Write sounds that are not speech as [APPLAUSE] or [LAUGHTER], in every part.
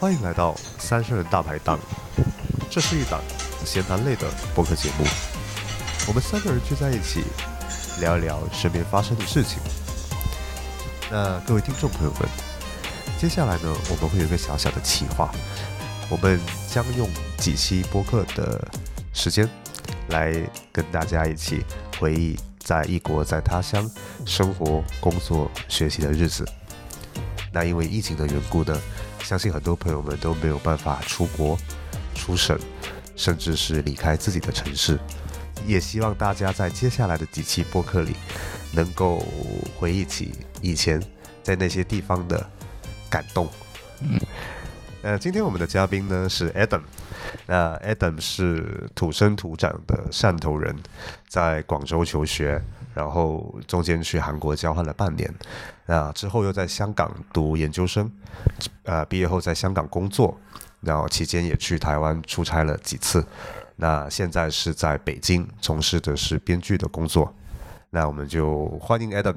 欢迎来到三圣人大排档，这是一档闲谈类的播客节目。我们三个人聚在一起，聊一聊身边发生的事情。那各位听众朋友们，接下来呢，我们会有一个小小的企划，我们将用几期播客的时间，来跟大家一起回忆在异国在他乡生活、工作、学习的日子。那因为疫情的缘故呢，相信很多朋友们都没有办法出国、出省，甚至是离开自己的城市。也希望大家在接下来的几期播客里，能够回忆起以前在那些地方的感动。呃，今天我们的嘉宾呢是 Adam，那 Adam 是土生土长的汕头人，在广州求学，然后中间去韩国交换了半年，那之后又在香港读研究生，呃，毕业后在香港工作，然后期间也去台湾出差了几次，那现在是在北京从事的是编剧的工作，那我们就欢迎 Adam。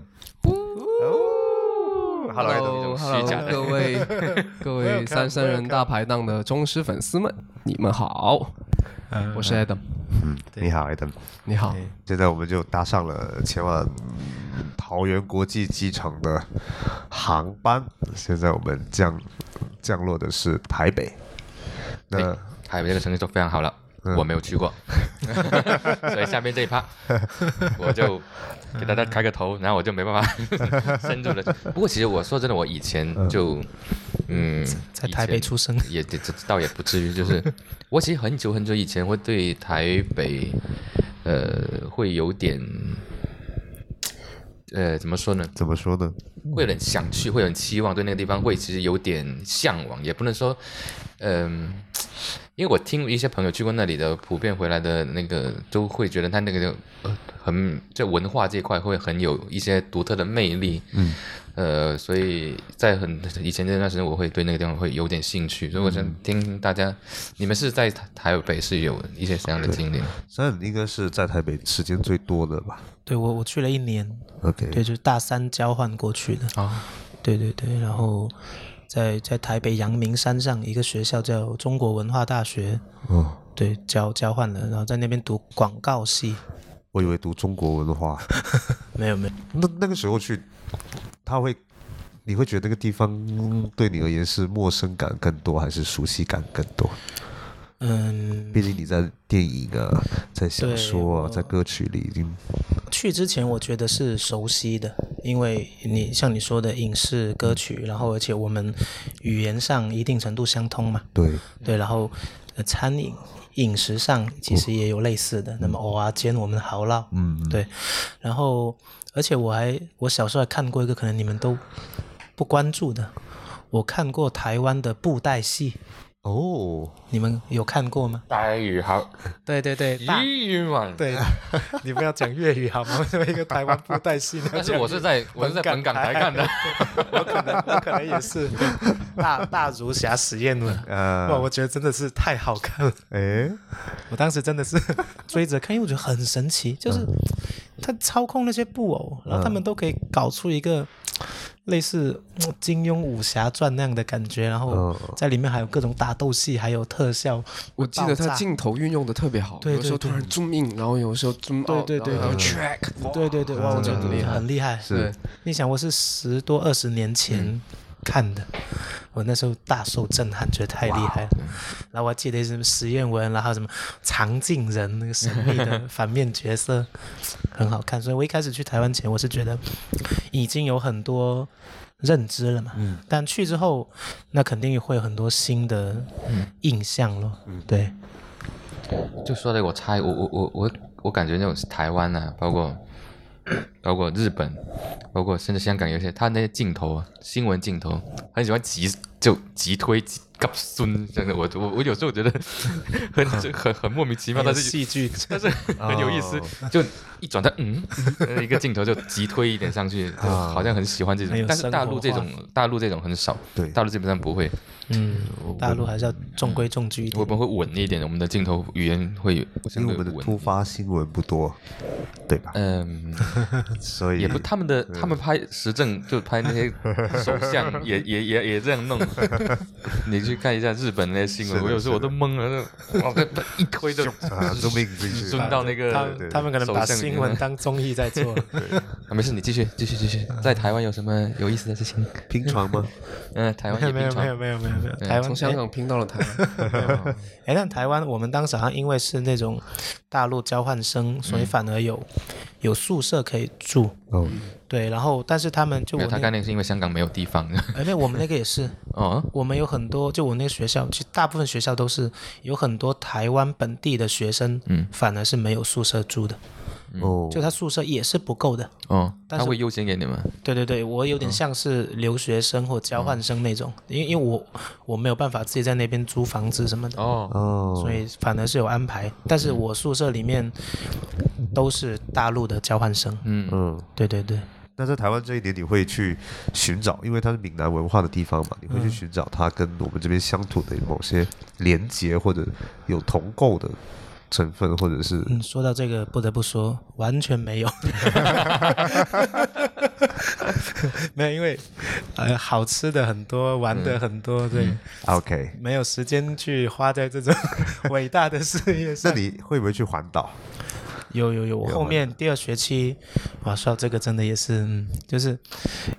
哦 Hello, Adam， Hello，虚假的 Hello，各位 [LAUGHS] 各位 Welcome，三三人大排档的忠实粉丝们，你们好，我是 Adam，嗯，哎你好，Adam。你好，现在我们就搭上了前往桃园国际机场的航班，现在我们降降落的是台北。那哎海北这个城市都非常好了，我没有去过，所以下面这一趴我就给大家开个头，然后我就没办法深入的。不过其实我说真的，我以前就嗯，在以台北前出生，也这这倒也不至于，就是我其实很久很久以前会对台北，呃，会有点。呃，怎么说呢？怎么说呢？会有点想去，会有点期望，对那个地方会其实有点向往，也不能说，嗯、因为我听一些朋友去过那里的，普遍回来的那个都会觉得他那个就、呃、很在文化这一块会很有一些独特的魅力，嗯，呃，所以在很以前那段时间，我会对那个地方会有点兴趣。所以我想听大家，你们是在台台北是有一些什么样的经历？虽然你应该是在台北时间最多的吧对我我去了一年， ？OK，对，就是大三交换过去的，啊，对对对，然后在在台北阳明山上一个学校叫中国文化大学，哦，对，交交换了，然后在那边读广告系，我以为读中国文化，没有没有，那那个时候去，他会，你会觉得那个地方对你而言是陌生感更多，还是熟悉感更多？嗯，毕竟你在电影啊，在小对嗯说啊，我在歌曲里已经去之前我觉得是熟悉的，因为你像你说的影视歌曲，然后而且我们语言上一定程度相通嘛，对。对，然后、呃、餐饮饮食上其实也有类似的，那么偶尔间我们的蚝烙，嗯，对，然后而且我还我小时候还看过一个可能你们都不关注的，我看过台湾的布袋戏，哦，你们有看过 [LAUGHS] 吗？大语好，对对对语嘛，对， [LAUGHS] 你不要讲粤语好吗？ [LAUGHS] 为一个台湾布袋戏，但是我 [LAUGHS] 是在我是在本港台看的。我可能我可能也是 [LAUGHS] 大大儒侠实验了，嗯呃哇，我觉得真的是太好看了。哎，我当时真的是 [LAUGHS] 追着看，因为我觉得很神奇，就是他操控那些布偶，然后他们都可以搞出一个类似嗯金庸武侠传那样的感觉，然后在里面还有各种打斗戏，还有特效。我记得爆他炸镜头运用的特别好，对有时候对突对然 zoom in，然后有时候 zoom out，对对对然后对 track，对对对，哇，我觉得很厉害很厉害。是你想，我是十多二十年前看的，我那时候大受震撼，觉得太厉害了。然后我还记得什么实验文，然后什么藏镜人那个神秘的反面角色，很好看。所以我一开始去台湾前，我是觉得已经有很多。认知了嘛，嗯，但去之后，那肯定会有很多新的印象咯，嗯，对，就说的我猜，我我我我我感觉那种台湾啊，包括包括日本，包括甚至香港，有些他那些镜头啊，新闻镜头，很喜欢急就急推急急孙，真的，我我我有时候觉得 [LAUGHS] 很很很很莫名其妙，但是戏剧但是很有意思，就一转到嗯，嗯一个镜头就急推一点上去，就好像很喜欢这很种有，但是大生活陆这化种大陆这种很少，对大陆基本上不会，嗯，大陆还是要中规中矩一我们点。会稳一点，我们的镜头语言会因相为对我们的稳突发新闻不多，对吧？嗯。所以也不，他们的他们拍时政就拍那些首相也也也也这样弄， [LAUGHS] 你去看一下日本那些新是闻，的我有时候我是的都懵了，那种哇，被被一推就啊，都没进 [LAUGHS] 去，蹲到那他个对他们可能把首相里新面闻当综艺在做，啊，没事，你继续，继续，继续。在台湾有什么有意思的事情？拼床吗？嗯、台湾没也有没平有常没有没有没有没有，台湾从香港拼到了台湾，哎，但台湾我们当时好像因为是那种大陆交换生，所以反而有、有宿舍可以住。哦，对，然后但是他们就没我有，他那刚，那个是因为香港没有地方。 [LAUGHS] 哎，没有，我们那个也是，哦，我们有很多，就我那个学校，其实大部分学校都是有很多台湾本地的学生，嗯，反而是没有宿舍住的，哦，就他宿舍也是不够的。哦，但他是会优先给你们。对对对，我有点像是留学生或交换生那种，因为因为我我没有办法自己在那边租房子什么的，哦，哦，所以反而是有安排。但是我宿舍里面都是大陆的交换生，嗯，嗯，对对对，那在台湾这一点，你会去寻找，因为它是闽南文化的地方嘛，你会去寻找它跟我们这边乡土的某些连结，或者有同构的成分，或者是嗯，说到这个，不得不说，完全没有， [LAUGHS] 没有，因为呃，好吃的很多，玩嗯的很多，对，啊 OK。没有时间去花在这种 [LAUGHS] 伟大的事业那上。你会不会去环岛？有有有，我后面第二学期，哇，说到这个真的也是，嗯、就是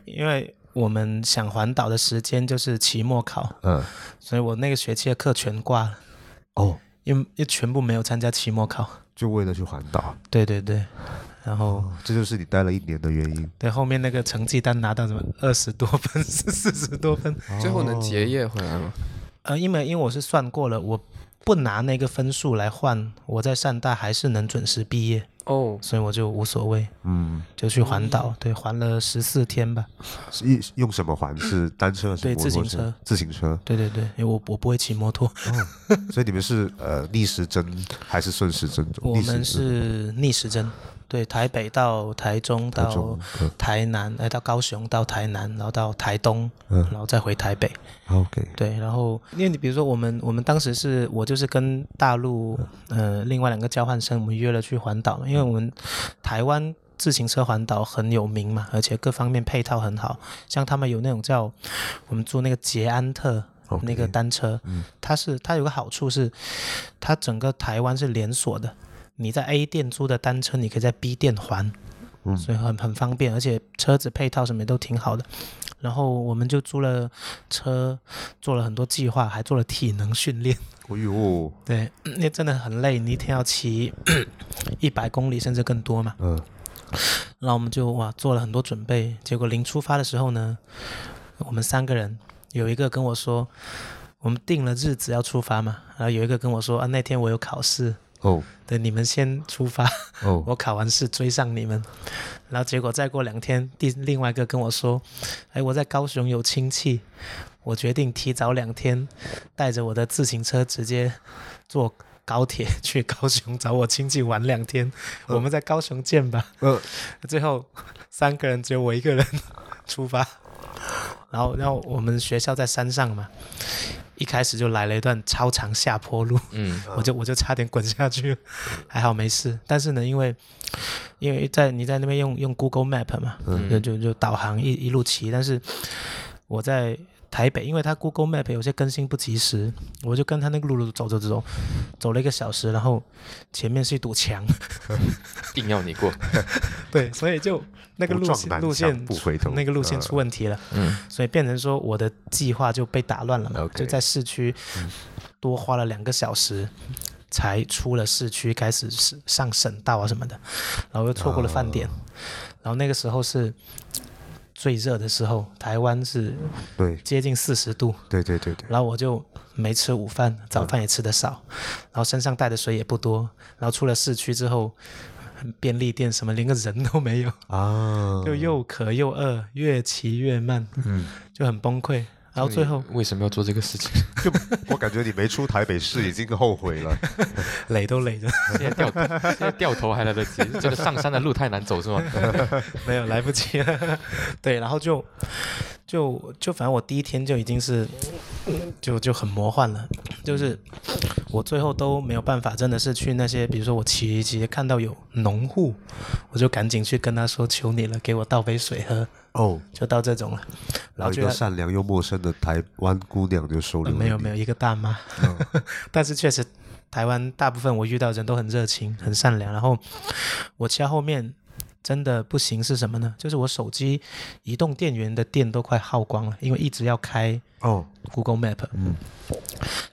因为我们想环岛的时间就是期末考，嗯，所以我那个学期的课全挂了，哦，因为因为全部没有参加期末考。就为了去环岛，对对对，然后。哦这就是你待了一年的原因。对，后面那个成绩单拿到什么二十多分、四十多分，哦最后能结业回来吗？呃，因为因为我是算过了，我不拿那个分数来换，我在善大还是能准时毕业，哦，所以我就无所谓，嗯，就去环岛，对，环了十四天吧，是一用什么环？是单车还是对摩托自行车？自行车。对对对，因为我我不会骑摩托，所以你们是呃逆时针还是顺时针？我逆时们针是逆时针，对，台北到台中台中到嗯台南，哎，到高雄到台南，然后到台东，嗯然后再回台北， OK，对，然后因为你比如说我们我们当时是我就是跟大陆呃另外两个交换生，我们约了去环岛嘛，因为我们台湾自行车环岛很有名嘛，而且各方面配套很好，像他们有那种叫我们租那个捷安特。那个单车，它是它有个好处是，它整个台湾是连锁的，你在 A 店租的单车，你可以在 B 店还，所以很很方便，而且车子配套什么都挺好的。然后我们就租了车，做了很多计划，还做了体能训练。哎呦，对，那真的很累，你一天要骑 [COUGHS] 一百公里甚至更多嘛。嗯，然后我们就哇做了很多准备，结果临出发的时候呢，我们三个人有一个跟我说，我们定了日子要出发嘛，然后有一个跟我说啊那天我有考试，哦对你们先出发， [LAUGHS] 哦，我考完试追上你们，然后结果再过两天，第另外一个跟我说，哎，我在高雄有亲戚，我决定提早两天，带着我的自行车直接坐高铁去高雄找我亲戚玩两天，我们在高雄见吧。呃，最后 [LAUGHS] 三个人只有我一个人 [LAUGHS] 出发，然后然后我们学校在山上嘛，一开始就来了一段超长下坡路。嗯，我就我就差点滚下去了，还好没事。但是呢，因为因为在你在那边用用 Google Map 嘛，就就就导航一一路骑，但是我在。台北，因为它 Google Map 有些更新不及时，我就跟他那个路路走走走走，走了一个小时，然后前面是一堵墙，硬要你过。对，所以就那个不路撞线南路墙线不回头那个路线出问题了，嗯，所以变成说我的计划就被打乱了嘛 OK 就在市区多花了两个小时。才出了市区，开始是上省道啊什么的，然后又错过了饭哦点，然后那个时候是最热的时候，台湾是对接近四十度，对对对对，然后我就没吃午饭，早饭也吃的少，然后身上带的水也不多，然后出了市区之后，便利店什么连个人都没有，啊，就又渴又饿，越骑越慢，嗯，就很崩溃。然 [LAUGHS] 后最后为什么要做这个事情？ [LAUGHS] 就我感觉你没出台北市已经后悔了。累都累着，现在掉，现在掉头还来得及，觉得上山的路太难走 [LAUGHS] 是吗？没有来不及了。对，然后就就就反正我第一天就已经是就就很魔幻了，就是我最后都没有办法，真的是去那些比如说我骑一骑看到有农户，我就赶紧去跟他说求你了，给我倒杯水喝， [LAUGHS] 哦，就到这种了。然后一就个要善良又陌生的台湾姑娘就收留了呃没有你嗯没有一个大妈， [LAUGHS] 但是确实台湾大部分我遇到的人都很热情、很善良。然后我骑到后面真的不行是什么呢？就是我手机移动电源的电都快耗光了，因为一直要开哦， Google Map。嗯。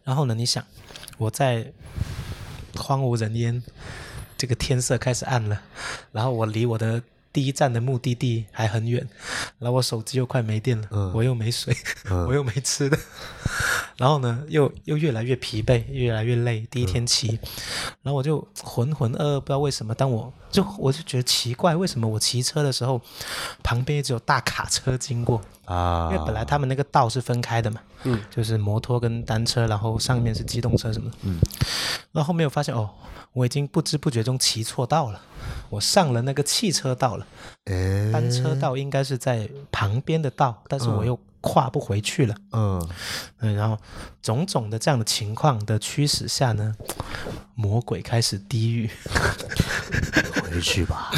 然后呢，你想我在荒无人烟，这个天色开始暗了，然后我离我的。第一站的目的地还很远，然后我手机又快没电了，我又没水， [LAUGHS] 我又没吃的，然后呢，又又越来越疲惫，越来越累。第一天骑，然后我就浑浑噩噩，不知道为什么。当我就我就觉得奇怪，为什么我骑车的时候，旁边只有大卡车经过？啊，因为本来他们那个道是分开的嘛，嗯，就是摩托跟单车，然后上面是机动车什么的，嗯，然后后面我发现哦，我已经不知不觉中骑错道了，我上了那个汽车道了，哎，单车道应该是在旁边的道，但是我又跨不回去了，嗯，嗯，然后种种的这样的情况的驱使下呢，魔鬼开始低语。 [LAUGHS] 回去 [LAUGHS] 吧。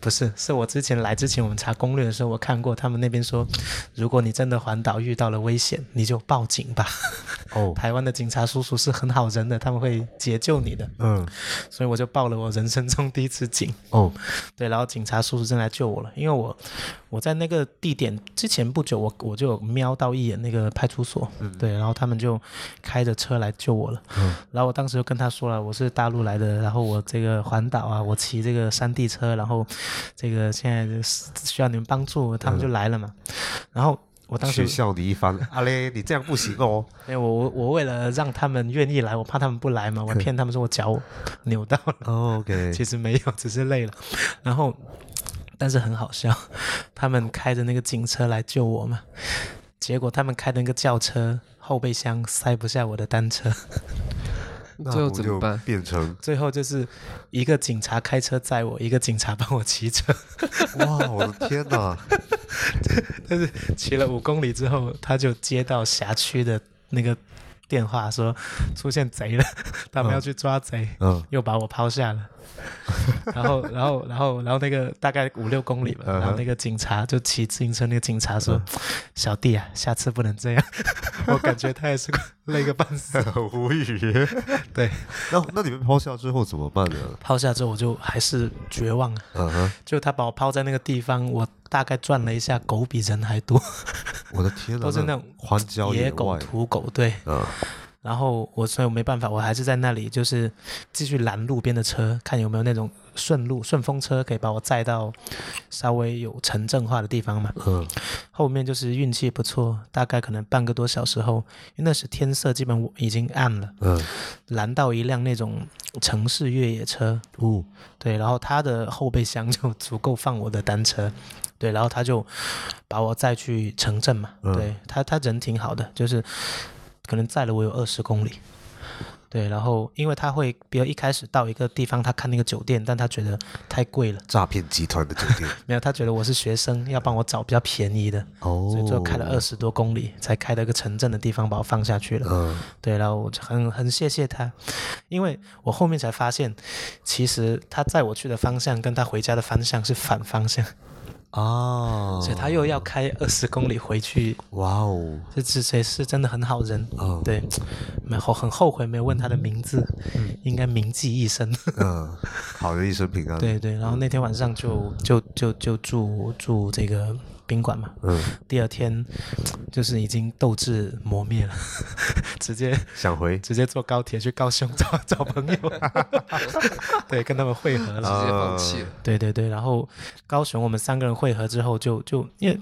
不是，是我之前来之前，我们查攻略的时候，我看过他们那边说，如果你真的环岛遇到了危险，你就报警吧。哦台湾的警察叔叔是很好人的，他们会解救你的。嗯，所以我就报了我人生中第一次警。 [LAUGHS] 哦，对，然后警察叔叔真来救我了，因为我我在那个地点之前不久我，我就有瞄到一眼那个派出所，对，然后他们就开着车来救我了。然后我当时就跟他说了，我是大陆来的，然后我这个环岛啊，我骑这个山地车，然后这个现在就是需要你们帮助，他们就来了嘛。然后我当时取笑你一番，阿嘞，你这样不行哦。因为我我我为了让他们愿意来，我怕他们不来嘛，我骗他们说我脚扭到了。哦 OK，其实没有，只是累了。然后，但是很好笑，他们开着那个警车来救我嘛，结果他们开的那个轿车后备箱塞不下我的单车，那最后我怎就么办？变成最后就是一个警察开车载我，一个警察帮我骑车。哇，我的天 [LAUGHS] 哪！但是骑了五公里之后，他就接到辖区的那个电话说出现贼了，他们要去抓贼。嗯，又把我抛下 [LAUGHS] 了。然后，然后，然后，然后那个大概五六公里吧，嗯哼嗯然后那个警察就骑自行车，那个警察说：“小弟啊，下次不能 [LAUGHS] 这样。”我感觉他也是累个半死。很无语。对，那那你们抛下之后怎么办呢？抛下之后我就还是绝望啊，嗯哼，就他把我抛在那个地方，我大概转了一下，狗比人还多，我的天哪，都是那种荒郊野狗、外。土狗，对。嗯，然后我所以我没办法，我还是在那里就是继续拦路边的车，看有没有那种顺路顺风车可以把我载到稍微有城镇化的地方嘛。嗯，后面就是运气不错，大概可能半个多小时后，因为那时天色基本已经暗了，嗯，拦到一辆那种城市越野车，哦，对，然后它的后备箱 [LAUGHS] 就足够放我的单车，对，然后他就把我载去城镇嘛，嗯对他他人挺好的，就是可能载了我有二十公里，对，然后因为他会，比如一开始到一个地方，他看那个酒店，但他觉得太贵了，诈骗集团的酒店。没有，他觉得我是学生，要帮我找比较便宜的，哦， [LAUGHS] 所以最后开了二十多公里，才开到一个城镇的地方把我放下去了。嗯，对，然后我就很很谢谢他，因为我后面才发现，其实他载我去的方向跟他回家的方向是反方向，啊，所以他又要开二十公里回去。哇哦，这这谁是真的很好人，哦对，没后很后悔没有问他的名字，应该铭记一生。嗯，好人一生平安。，对对，然后那天晚上就就就就住住这个宾馆嘛，嗯，第二天就是已经斗志磨灭了， [LAUGHS] 直接想回直接坐高铁去高雄 [LAUGHS] 找找朋友，对，跟他们会合呃了。直接放弃了。对对对，然后高雄我们三个人会合之后就，就因为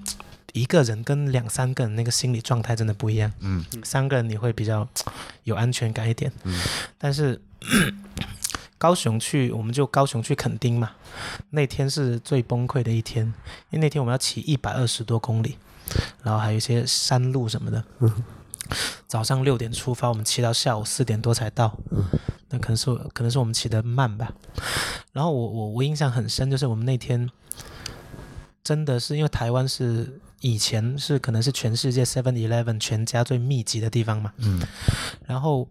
一个人跟两三个人那个心理状态真的不一样。嗯，三个人你会比较有安全感一点。嗯，但是高雄去，我们就高雄去垦丁嘛，那天是最崩溃的一天，因为那天我们要骑一百二十多公里，然后还有一些山路什么的。早上六点出发，我们骑到下午四点多才到，那可能是可能是我们骑得慢吧。然后我我我印象很深，就是我们那天真的是因为台湾是以前是可能是全世界 Seven Eleven 全家最密集的地方嘛，嗯，然后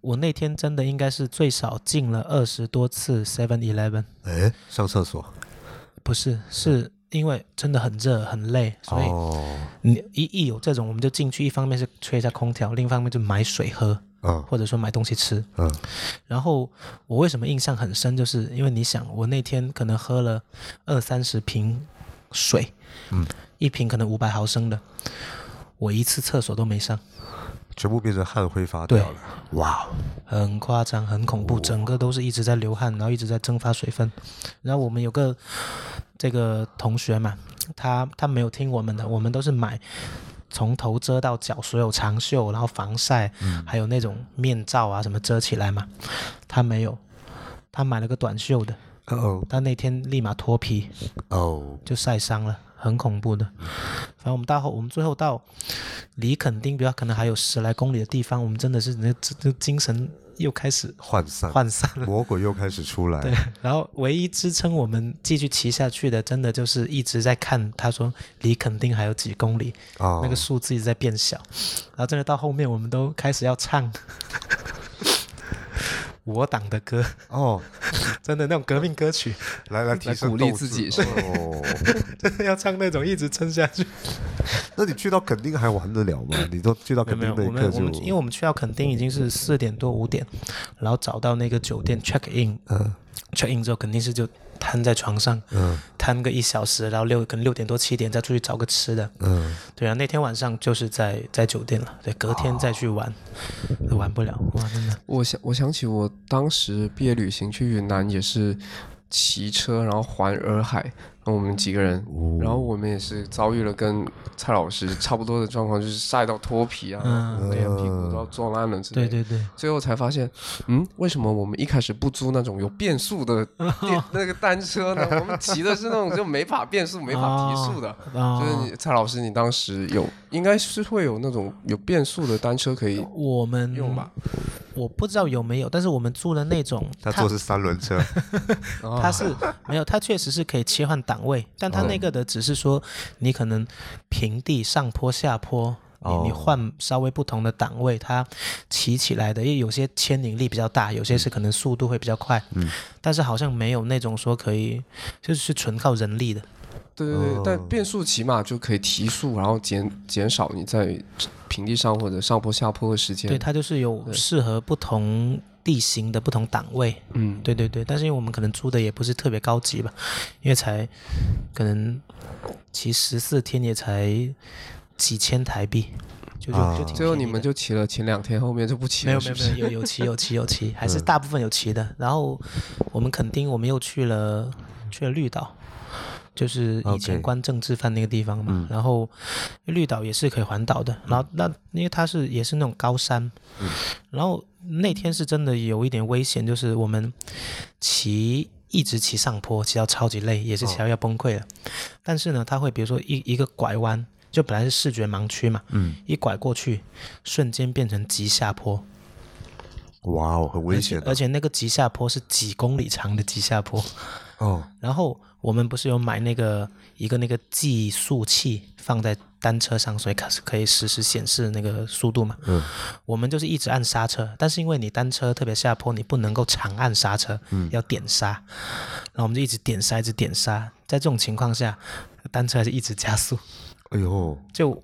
我那天真的应该是最少进了二十多次 Seven Eleven，哎上厕所。不是，是因为真的很热很累，所以哦，你一一有这种，我们就进去，一方面是吹一下空调，另一方面就买水喝，嗯或者说买东西吃。嗯然后我为什么印象很深，就是因为你想，我那天可能喝了二三十瓶水，嗯，一瓶可能五百毫升的，我一次厕所都没上，全部变成汗挥发掉了。哇哦，很夸张，很恐怖，整个都是一直在流汗，然后一直在蒸发水分。然后我们有个这个同学嘛，他他没有听我们的，我们都是买。从头遮到脚，所有长袖，然后防晒，还有那种面罩啊什么遮起来嘛。他没有，他买了个短袖的，哦他那天立马脱皮，哦，就晒伤了，很恐怖的。反正我们到后，我们最后到离垦丁，比如可能还有十来公里的地方，我们真的是那这这精神又开始 [LAUGHS] 涣散，涣散了。魔鬼又开始出来。然后唯一支撑我们继续骑下去的，真的就是一直在看。他说离垦丁还有几公里，哦那个数字一直在变小。然后真的到后面，我们都开始要唱 [LAUGHS] 我党的歌，哦，真的那种革命歌曲。 [LAUGHS] 来来提升鼓励斗自志己是哦。真的要唱那种一直撑下去。那你去到垦丁还玩得 [LAUGHS] 了吗？你都去到垦没丁有，那一刻我们我就们因为我们去到垦丁已经是四点多五点，然后找到那个酒店 check in，嗯 check in 之后肯定是就瘫在床上，嗯瘫个一小时，然后六可能六点多七点再出去找个吃的。嗯对啊，那天晚上就是在在酒店了，对，隔天再去玩，玩不了，哇，真的我想我想起我当时毕业旅行去云南也是骑车，然后环洱海，我们几个人，然后我们也是遭遇了跟蔡老师差不多的状况，就是晒到脱皮啊，嗯连屁股都要撞烂了之类对的。对对，最后才发现，嗯，为什么我们一开始不租那种有变速 [LAUGHS] 的电那个单车呢？我们骑的是那种就没法变速、没法提速的。啊、就是你蔡老师，你当时有应该是会有那种有变速的单车可以我们用吧？我不知道有没有，但是我们租的那种，他它坐的是三轮车，它是 [LAUGHS] 没有，它确实是可以切换档位，但它那个的只是说你可能平地、上坡、下坡，你你换稍微不同的档位，它骑起来的，因为有些牵引力比较大，有些是可能速度会比较快，嗯，但是好像没有那种说可以，就是纯靠人力的，对对对，但变速骑嘛就可以提速，然后减减少你在平地上或者上坡下坡的时间。对，它就是有适合不同地形的不同档位，嗯，对对对，但是因为我们可能租的也不是特别高级吧，因为才可能骑十四天也才几千台币，就就、啊就挺最后你便宜们的就骑了前两天，后面就不骑没了，有是没有不没是？嗯有有有骑有骑 [LAUGHS] 有骑，还是大部分有骑的。然后我们垦丁我们又去了去了绿岛。就是以前 OK 关政治犯那个地方嗯嘛然后绿岛也是可以环岛的，然后那因为它是也是那种高山，嗯然后那天是真的有一点危险，就是我们骑一直骑上坡，骑到超级累，哦也是骑到要崩溃了。但是呢，它会比如说一一个拐弯，就本来是视觉盲区嘛，嗯，一拐过去，瞬间变成急下坡，哇哦，很危而且险的而且那个急下坡是几公里长的急下坡。 [LAUGHS] 哦。然后我们不是有买那个一个那个计速器放在单车上，所以可可以实时显示那个速度嘛。嗯，我们就是一直按刹车，但是因为你单车特别下坡，你不能够长按刹车，嗯，要点刹。然后我们就一直点刹，一直点刹。在这种情况下，单车还是一直加速，哎呦，就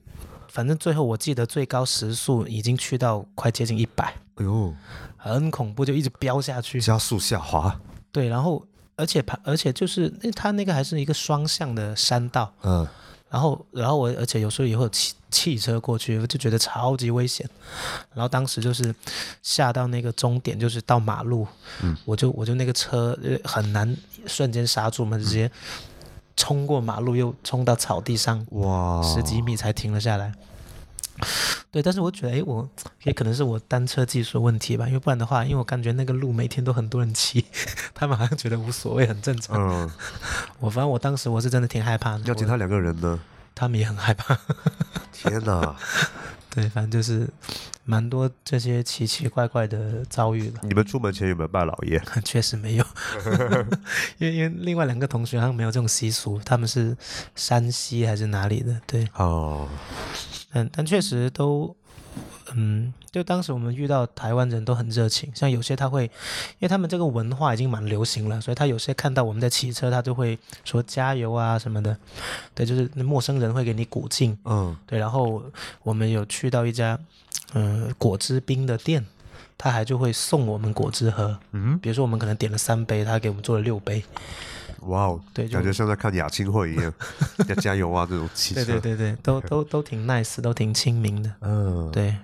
反正最后我记得最高时速已经去到快接近一百，哎呦，很恐怖，就一直飙下去。加速下滑，对，然后而且旁而且就是那它那个还是一个双向的山道，嗯，然后然后我而且有时候也会有汽汽车过去，我就觉得超级危险。然后当时就是下到那个终点，就是到马路，我就我就那个车呃很难瞬间刹住嘛，直接冲过马路，又冲到草地上，哇，十几米才停了下来。对，但是我觉得，哎，我也可能是我单车技术问题吧，因为不然的话，因为我感觉那个路每天都很多人骑， [LAUGHS] 他们好像觉得无所谓，很正常。嗯，我反正我当时我是真的挺害怕的，要其我他两个人 [LAUGHS] 呢？他们也很害怕。 [LAUGHS] 天哪，对，反正就是蛮多这些奇奇怪怪的遭遇吧， [LAUGHS] 你们出门前有没有拜老爷？确实没有， [LAUGHS] 因为因为另外两个同学好像没有这种习俗，他们是山西还是哪里的，对，哦，嗯，但确实都嗯，就当时我们遇到台湾人都很热情，像有些他会，因为他们这个文化已经蛮流行了，所以他有些看到我们在骑车，他就会说加油啊什么的，对，就是那陌生人会给你鼓劲，嗯，对，然后我们有去到一家，嗯、果汁冰的店，他还就会送我们果汁喝，嗯，比如说我们可能点了三杯，他给我们做了六杯，哇哦，对就感觉像在看亚青会 [LAUGHS] 一样，要加油啊这种汽车。对对，对对，都都都挺 nice，都挺亲民的，嗯，对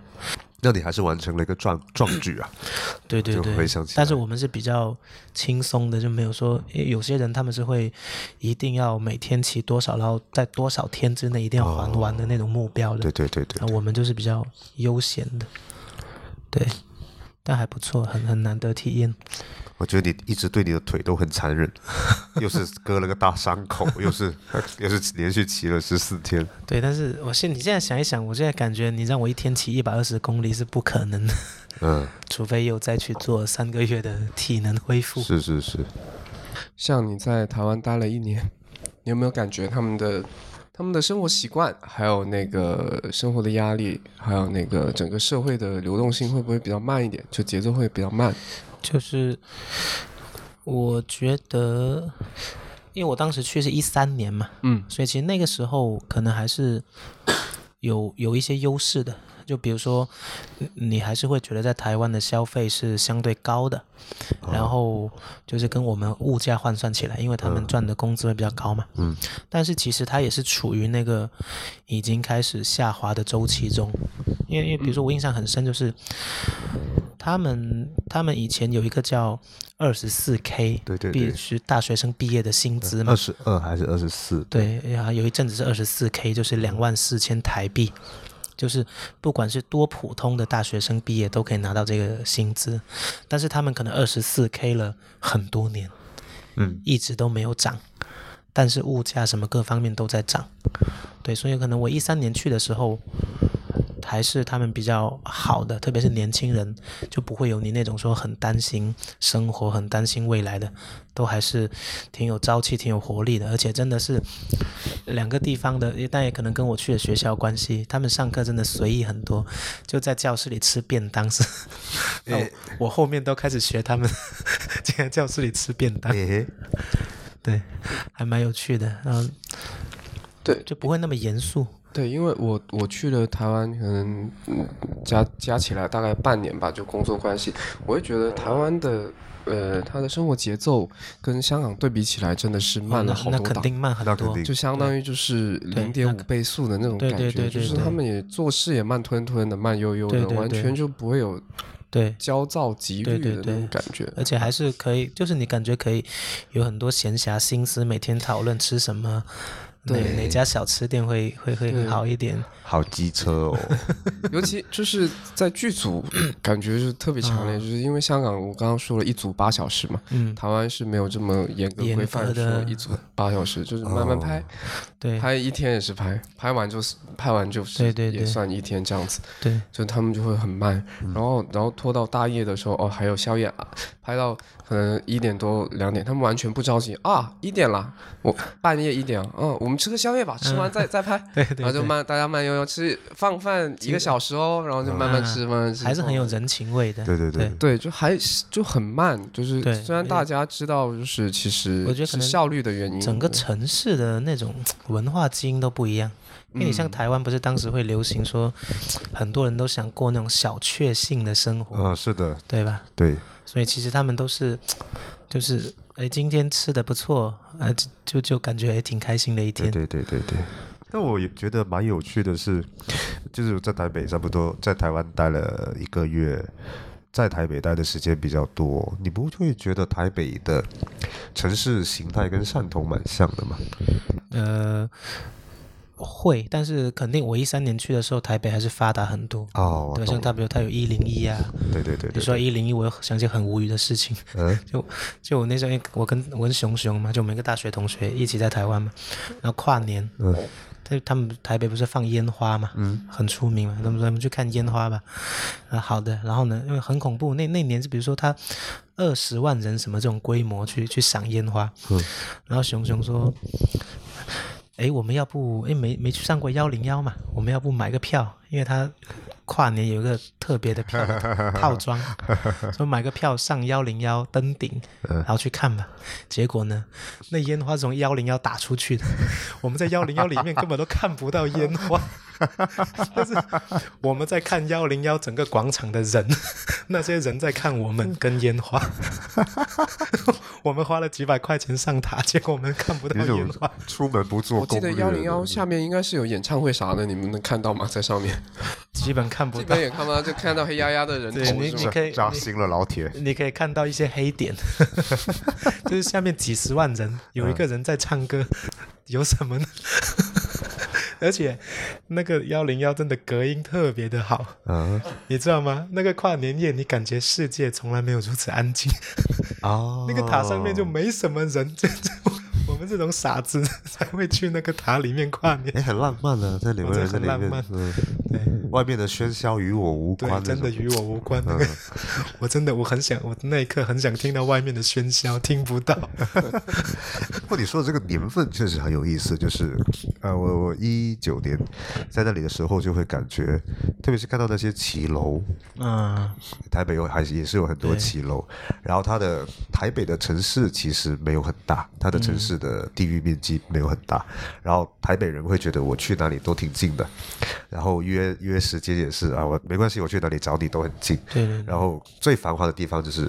那你还是完成了一个壮壮举啊，对对就对，回想起来但是我们是比较轻松的，就没有说，因为有些人他们是会一定要每天骑多少，然后在多少天之内一定要还完的那种目标的。哦对哦对对对那，我们就是比较悠闲的，对，但还不错，很很难得体验。我觉得你一直对你的腿都很残 [LAUGHS] 忍，又是割了个大伤口，又是 [LAUGHS] 又是连续骑了十四天，对，但是我现你现在想一想，我现在感觉你让我一天骑一百二十公里是不可能的， [LAUGHS] 嗯，除非又再去做三个月的体能恢复。是是是，像你在台湾待了一年，你有没有感觉他们的他们的生活习惯，还有那个生活的压力，还有那个整个社会的流动性会不会比较慢一点？就节奏会比较慢。就是我觉得，因为我当时去是一三年嘛，嗯，所以其实那个时候可能还是 [COUGHS] 有有一些优势的。就比如说，你你还是会觉得在台湾的消费是相对高的，哦然后就是跟我们物价换算起来，因为他们赚的工资会比较高嘛。嗯。但是其实它也是处于那个已经开始下滑的周期中，因为因为比如说我印象很深，就是他们他们以前有一个叫二十四 K，对对对必须大学生毕业的薪资嘛二，十二还是二十四？对，然后有一阵子是二十四 K，就是嗯两万四千台币，就是不管是多普通的大学生毕业都可以拿到这个薪资，但是他们可能二十四 K 了很多年，嗯，一直都没有涨，但是物价什么各方面都在涨，对，所以可能我一三年去的时候。还是他们比较好的，特别是年轻人，就不会有你那种说很担心生活、很担心未来的，都还是挺有朝气、挺有活力的。而且真的是两个地方的，但也可能跟我去的学校有关系，他们上课真的随意很多，就在教室里吃便当是。 [LAUGHS] 那我我后面都开始学他们 [LAUGHS] 在教室里吃便 [LAUGHS] 当，嘿嘿，对， [LAUGHS] 还蛮有趣的。然后对就不会那么严肃。对，因为我我去了台湾，可能嗯加加起来大概半年吧，就工作关系，我会觉得台湾的呃，他的生活节奏跟香港对比起来，真的是慢了好哦那多肯档。定慢很那肯多定。就相当于就是零点五倍速的那种对感对对觉，就对是对他们也做事也慢吞吞的、慢悠悠对的，对对完全就不会有对，焦躁急对虑对的那种对感觉。而且还是可以，就是你感觉可以有很多闲暇心思，每天讨论吃什么，哪对哪家小吃店会会会对好一点。好机车 [LAUGHS] 哦，尤其就是在剧组，感觉是特别强啊烈，就是因为香港我刚刚说了一组八小时嘛，嗯，台湾是没有这么严格严规范格的哦说一组八小时，就是慢慢拍，对拍一天也是拍，拍完就是拍完就是对对嗯也对算一天这样子，对就他们就会很慢，然后然后拖到大夜的时候，哦，还有宵夜啊，拍到可能一点多两点，他们完全不着急啊，一点了，我半夜一点啊，嗯，我们吃个宵夜吧，吃完再、再拍，嗯 [LAUGHS] 对对然后就对慢大家慢悠悠吃，放饭一个小时哦，然后就慢慢吃、慢慢吃，啊还是很有哦人情味的。对对对对，对，就还是就很慢，就是对虽然大家知道，就是其实我觉得可是能效率的原因，整个对城市的那种文化基因都不一样。嗯因为你像台湾，不是当时会流行说，很多人都想过那种小确幸的生活，啊，是的，对吧？对，所以其实他们都是，就是哎，今天吃的不错，呃，就就就感觉哎挺开心的一天。对对对对。那我也觉得蛮有趣的是，就是我在台北差不多，在台湾待了一个月，在台北待的时间比较多，你不会觉得台北的城市形态跟汕头蛮像的吗？呃，会，但是肯定我一三年去的时候，台北还是发达很多。哦，我对，懂像了它，比如它有一零一啊，对对对你对，说一零一，我又想起很无语的事情，嗯， [LAUGHS] 就就我那时候，因为我跟我跟熊熊嘛，就我们一个大学同学一起在台湾嘛，然后跨年，嗯，他他们台北不是放烟花嘛，嗯，很出名嘛，他们说我们去看烟花吧，啊好的，然后呢，因为很恐怖，那那年是比如说他二十万人什么这种规模去去赏烟花，嗯，然后熊熊说。哎，我们要不哎没没去上过幺零幺嘛？我们要不买个票？因为他跨年有一个特别的票套 [LAUGHS] 装，说买个票上幺零幺登顶，然后去看吧。结果呢，那烟花是从幺零幺打出去的， [LAUGHS] 我们在幺零幺里面根本都看不到烟 [LAUGHS] 花。但是我们在看幺零幺整个广场的人， [LAUGHS] 那些人在看我们跟烟 [LAUGHS] 花。我们花了几百块钱上塔，结果我们看不到有烟种花。出门不做我记攻略得的。幺零幺下面应该是有演唱会啥的，你们能看到吗？在上面基本看 [LAUGHS] 不基到本。也看不到，就看到黑压压的人头对你是你吧？可以扎你心了，老铁。你可以看到一些黑点， [LAUGHS] 就是下面几十万人有一个人在唱歌，有什么呢？ [LAUGHS] 而且那个幺零幺真的隔音特别的好，嗯你知道吗？那个跨年夜，你感觉世界从来没有如此安静，哦，那个塔上面就没什么人， [LAUGHS] 这这我们这种傻子才会去那个塔里面跨年。哎，很浪漫啊，在里面哦这在很里浪面漫，嗯，对外面的喧嚣与我无对，关，真的与我无关。那个，我真的我很想，我那一刻很想听到外面的喧嚣，听不到。不过你说的这个年份确实很有意思，就是呃，我我一九年在那里的时候，就会感觉，特别是看到那些骑楼，嗯，台北有还是也是有很多骑楼，然后它的台北的城市其实没有很大，它的城嗯市的地域面积没有很大，然后台北人会觉得我去哪里都挺近的，然后约约时间也是啊，我没关系，我去哪里找你都很近，对对对然后最繁华的地方就是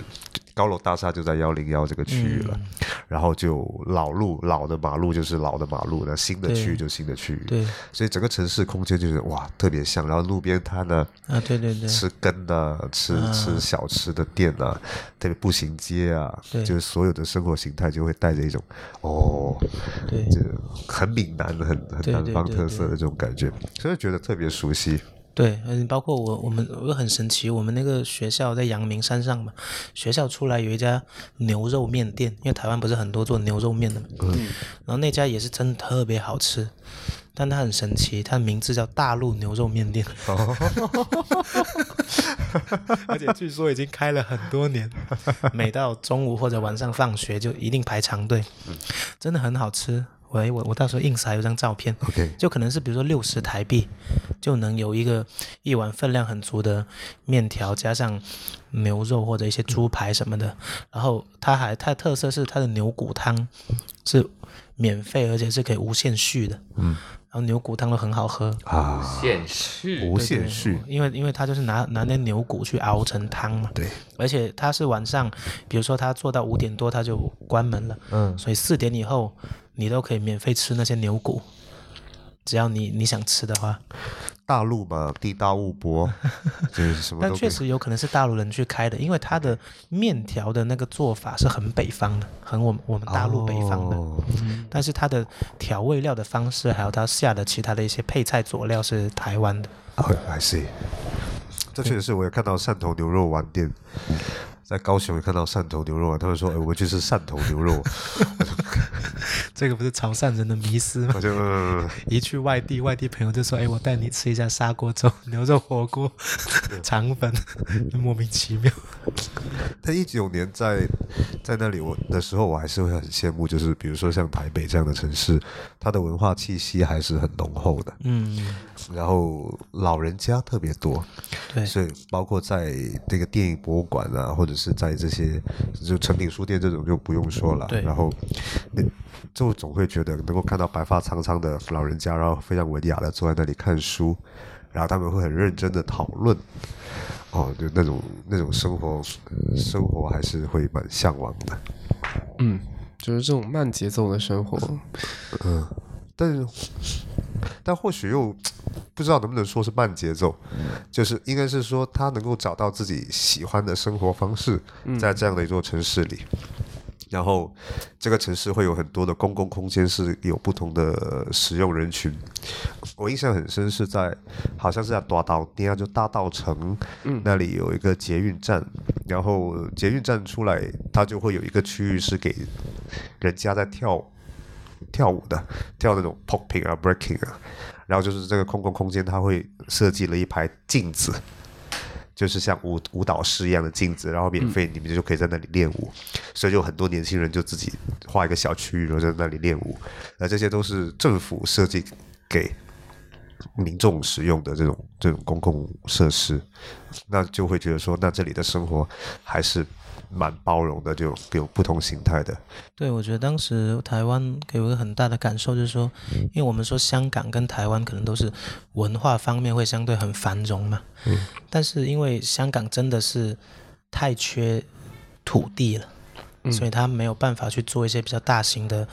高楼大厦就在幺零幺这个区域嗯了，然后就老路老的马路就是老的马路，那新的对区域就新的区域，对，所以整个城市空间就是哇特别像，然后路边摊呢、啊，对对对，吃羹啊，吃吃小吃的店啊，特别步行街啊，对就是所有的生活形态就会带着一种哦，对就很闽南、很很对南对方对特对色的这种感觉，所以觉得特别熟悉。对，嗯，包括我，我们我很神奇，我们那个学校在阳明山上嘛，学校出来有一家牛肉面店，因为台湾不是很多做牛肉面的嘛，嗯，然后那家也是真的特别好吃，但它很神奇，它名字叫大陆牛肉面店，而且据说已经开了很多年， [LAUGHS] 每到中午或者晚上放学就一定排长队，真的很好吃。喂，我我到时候 ins 还有张照片 OK 就可能是比如说六十台币，就能有一个一碗分量很足的面条，加上牛肉或者一些猪排什么的。然后它还它的特色是它的牛骨汤是免费，而且是可以无限续的。嗯，然后牛骨汤都很好喝。啊，现实无限续，因为因为他就是拿拿那牛骨去熬成汤嘛，对，而且他是晚上，比如说他做到五点多他就关门了，嗯，所以四点以后你都可以免费吃那些牛骨，只要你你想吃的话，大陆嘛，地大物博， [LAUGHS] 就是什么但都可确以。实有可能是大陆人去开的，因为他的面条的那个做法是很北方的，很我们我们大陆北方的，哦但是它的调味料的方式，还有它下的其他的一些配菜佐料是台湾的，哦，I see。这确实是我也看到汕头牛肉丸店，在高雄也看到汕头牛肉丸，他们说，哎，我们去吃汕头牛 [LAUGHS] 肉，这个不是潮汕人的迷思吗我？就、嗯一去外地，外地朋友就说：“哎，我带你吃一下砂锅粥、牛肉火锅、肠粉。” [LAUGHS] 莫名其妙。但一九年在在那里我的时候，我还是会很羡慕，就是比如说像台北这样的城市，它的文化气息还是很浓厚的，嗯，然后老人家特别多，对所以包括在这个电影博物馆啊，或者是在这些就诚品书店这种就不用说了，对然后呃就总会觉得能够看到白发苍苍的老人家，然后非常文雅的坐在那里看书，然后他们会很认真的讨论。哦，就那种那种生活，呃生活还是会蛮向往的。嗯，就是这种慢节奏的生活，但是，但或许又不知道能不能说是慢节奏，就是应该是说他能够找到自己喜欢的生活方式，在这样的一座城市里。然后，这个城市会有很多的公共空间是有不同的呃使用人群。我印象很深是在，好像是在大道第二就大道城、那里有一个捷运站，然后捷运站出来，它就会有一个区域是给人家在跳跳舞的，跳那种 popping 啊、breaking 啊，然后就是这个公共空间，它会设计了一排镜子，就是像舞舞蹈室一样的镜子，然后免费你们就可以在那里练舞，所以就很多年轻人就自己画一个小区域，然后在那里练舞，那这些都是政府设计给民众使用的这种这种公共设施，那就会觉得说，那这里的生活还是蛮包容的，就有不同形态的。对，我觉得当时台湾给我一个很大的感受，就是说，因为我们说香港跟台湾可能都是文化方面会相对很繁荣嘛，嗯、但是因为香港真的是太缺土地了，所以他没有办法去做一些比较大型的。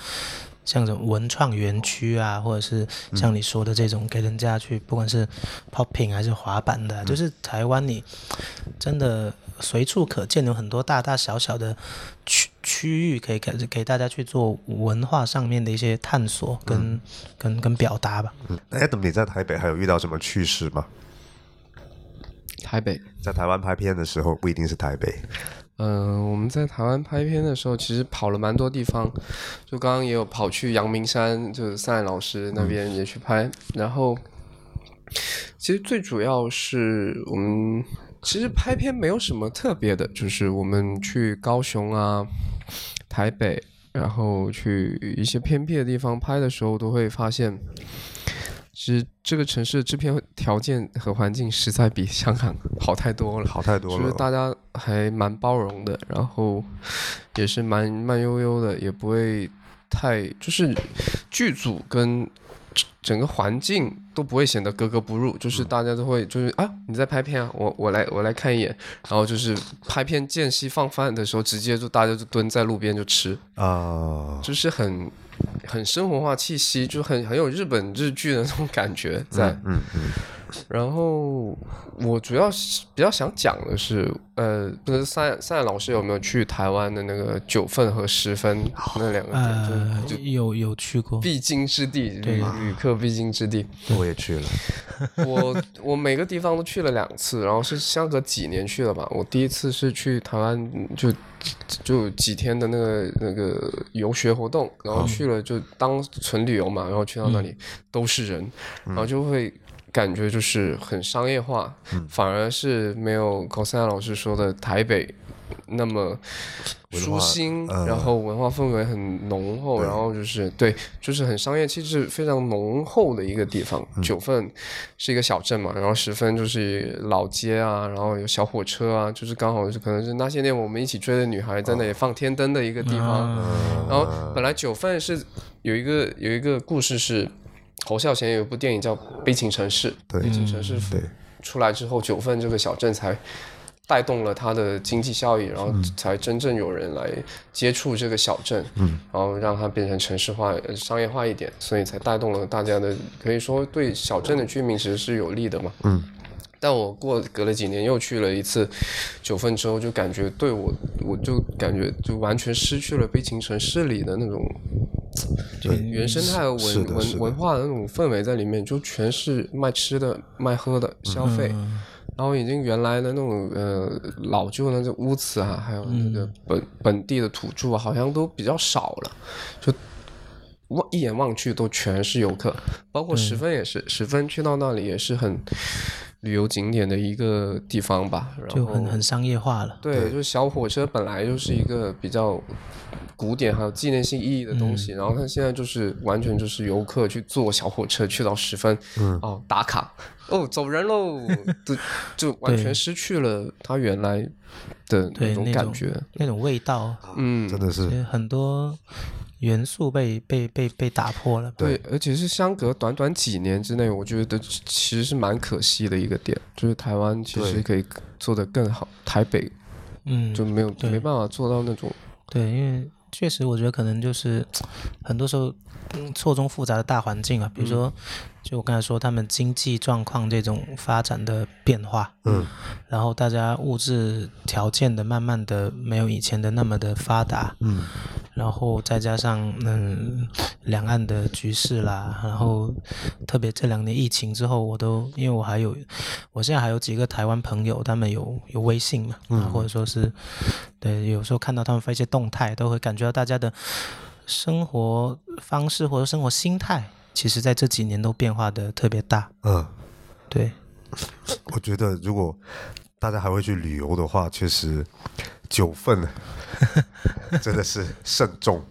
像这种文创园区啊，或者是像你说的这种给人家去，不管是 popping 还是滑板的啊、就是台湾你真的随处可见，有很多大大小小的区区域可以给给大家去做文化上面的一些探索跟、嗯跟跟表达吧。嗯，Adam，你在台北还有遇到什么趣事吗？台北，在台湾拍片的时候，不一定是台北。嗯、我们在台湾拍片的时候，其实跑了蛮多地方，就刚刚也有跑去阳明山，就是赛老师那边也去拍，然后其实最主要是我们其实拍片没有什么特别的，就是我们去高雄啊、台北，然后去一些偏僻的地方拍的时候，都会发现。其实这个城市的制片条件和环境实在比香港好太多了，好太多就是了。大家还蛮包容的，然后也是蛮慢悠悠的，也不会太就是剧组跟整个环境都不会显得格格不入，嗯就是大家都会就是啊你在拍片啊，我我来我来看一眼，然后就是拍片间隙放饭的时候，直接就大家就蹲在路边就吃，啊，就是很很生活化气息，就很很有日本日剧的那种感觉在。嗯嗯，然后我主要是比较想讲的是，呃，不是赛赛老师有没有去台湾的那个九份和十分那两个点，呃就，就有有去过，必经之地，对旅旅客必经之地。我也去了。 [LAUGHS] 我我每个地方都去了两次，然后是相隔几年去的吧。我第一次是去台湾就，就几天的那个那个游学活动，然嗯后去了就当纯旅游嘛，然后去到那里、都是人，然嗯后就会。感觉就是很商业化，反而是没有高三老师说的台北那么文舒化心，呃然后文化氛围很浓厚，对然后就是对，就是很商业气质非常浓厚的一个地方。九份是一个小镇嘛，然后十分就是老街啊，然后有小火车啊，就是刚好是可能是那些年我们一起追的女孩在那里放天灯的一个地方。然后本来九份是有一个有一个故事是侯孝贤有一部电影叫《悲情城市》，对悲情城市对出来之后，九份这个小镇才带动了它的经济效益，然后才真正有人来接触这个小镇，嗯，然后让它变成城市化、呃商业化一点，所以才带动了大家的，可以说对小镇的居民其实是有利的嘛，嗯。但我过隔了几年又去了一次九份之后，就感觉对我，我就感觉就完全失去了悲情城市里的那种对原生态和是的文是的文文化的那种氛围在里面，就全是卖吃的、卖喝的、嗯消费，然后已经原来的那种呃老旧的那种屋子啊，还有那个嗯本、本地的土著啊，好像都比较少了，就望一眼望去都全是游客，包括十分也是，十分去到那里也是很旅游景点的一个地方吧，然后就很很商业化了。对，就是小火车本来就是一个比较古典还有纪念性意义的东嗯西，然后它现在就是完全就是游客去坐小火车去到十分，嗯哦打卡，哦走人喽，就就完全失去了它原来的那对种那感种觉，那种味道，嗯，啊真的是对很多元素被被被被打破了。对，而且是相隔短短几年之内，我觉得其实是蛮可惜的一个点，就是台湾其实对可以做得更好，台北嗯，就没有、对没办法做到那 [LAUGHS] 种，对，因为确实我觉得可能就是很多时候嗯错综复杂的大环境啊，比如说、就我刚才说他们经济状况这种发展的变化，嗯，然后大家物质条件的慢慢的没有以前的那么的发达，嗯，然后再加上嗯两岸的局势啦，然后特别这两年疫情之后，我都因为我还有我现在还有几个台湾朋友，他们有有微信嘛，嗯或者说是对，有时候看到他们发一些动态，都会感觉到大家的生活方式或者生活心态，其实在这几年都变化的特别大。嗯。对，我觉得如果大家还会去旅游的话，确实九份真的是慎重，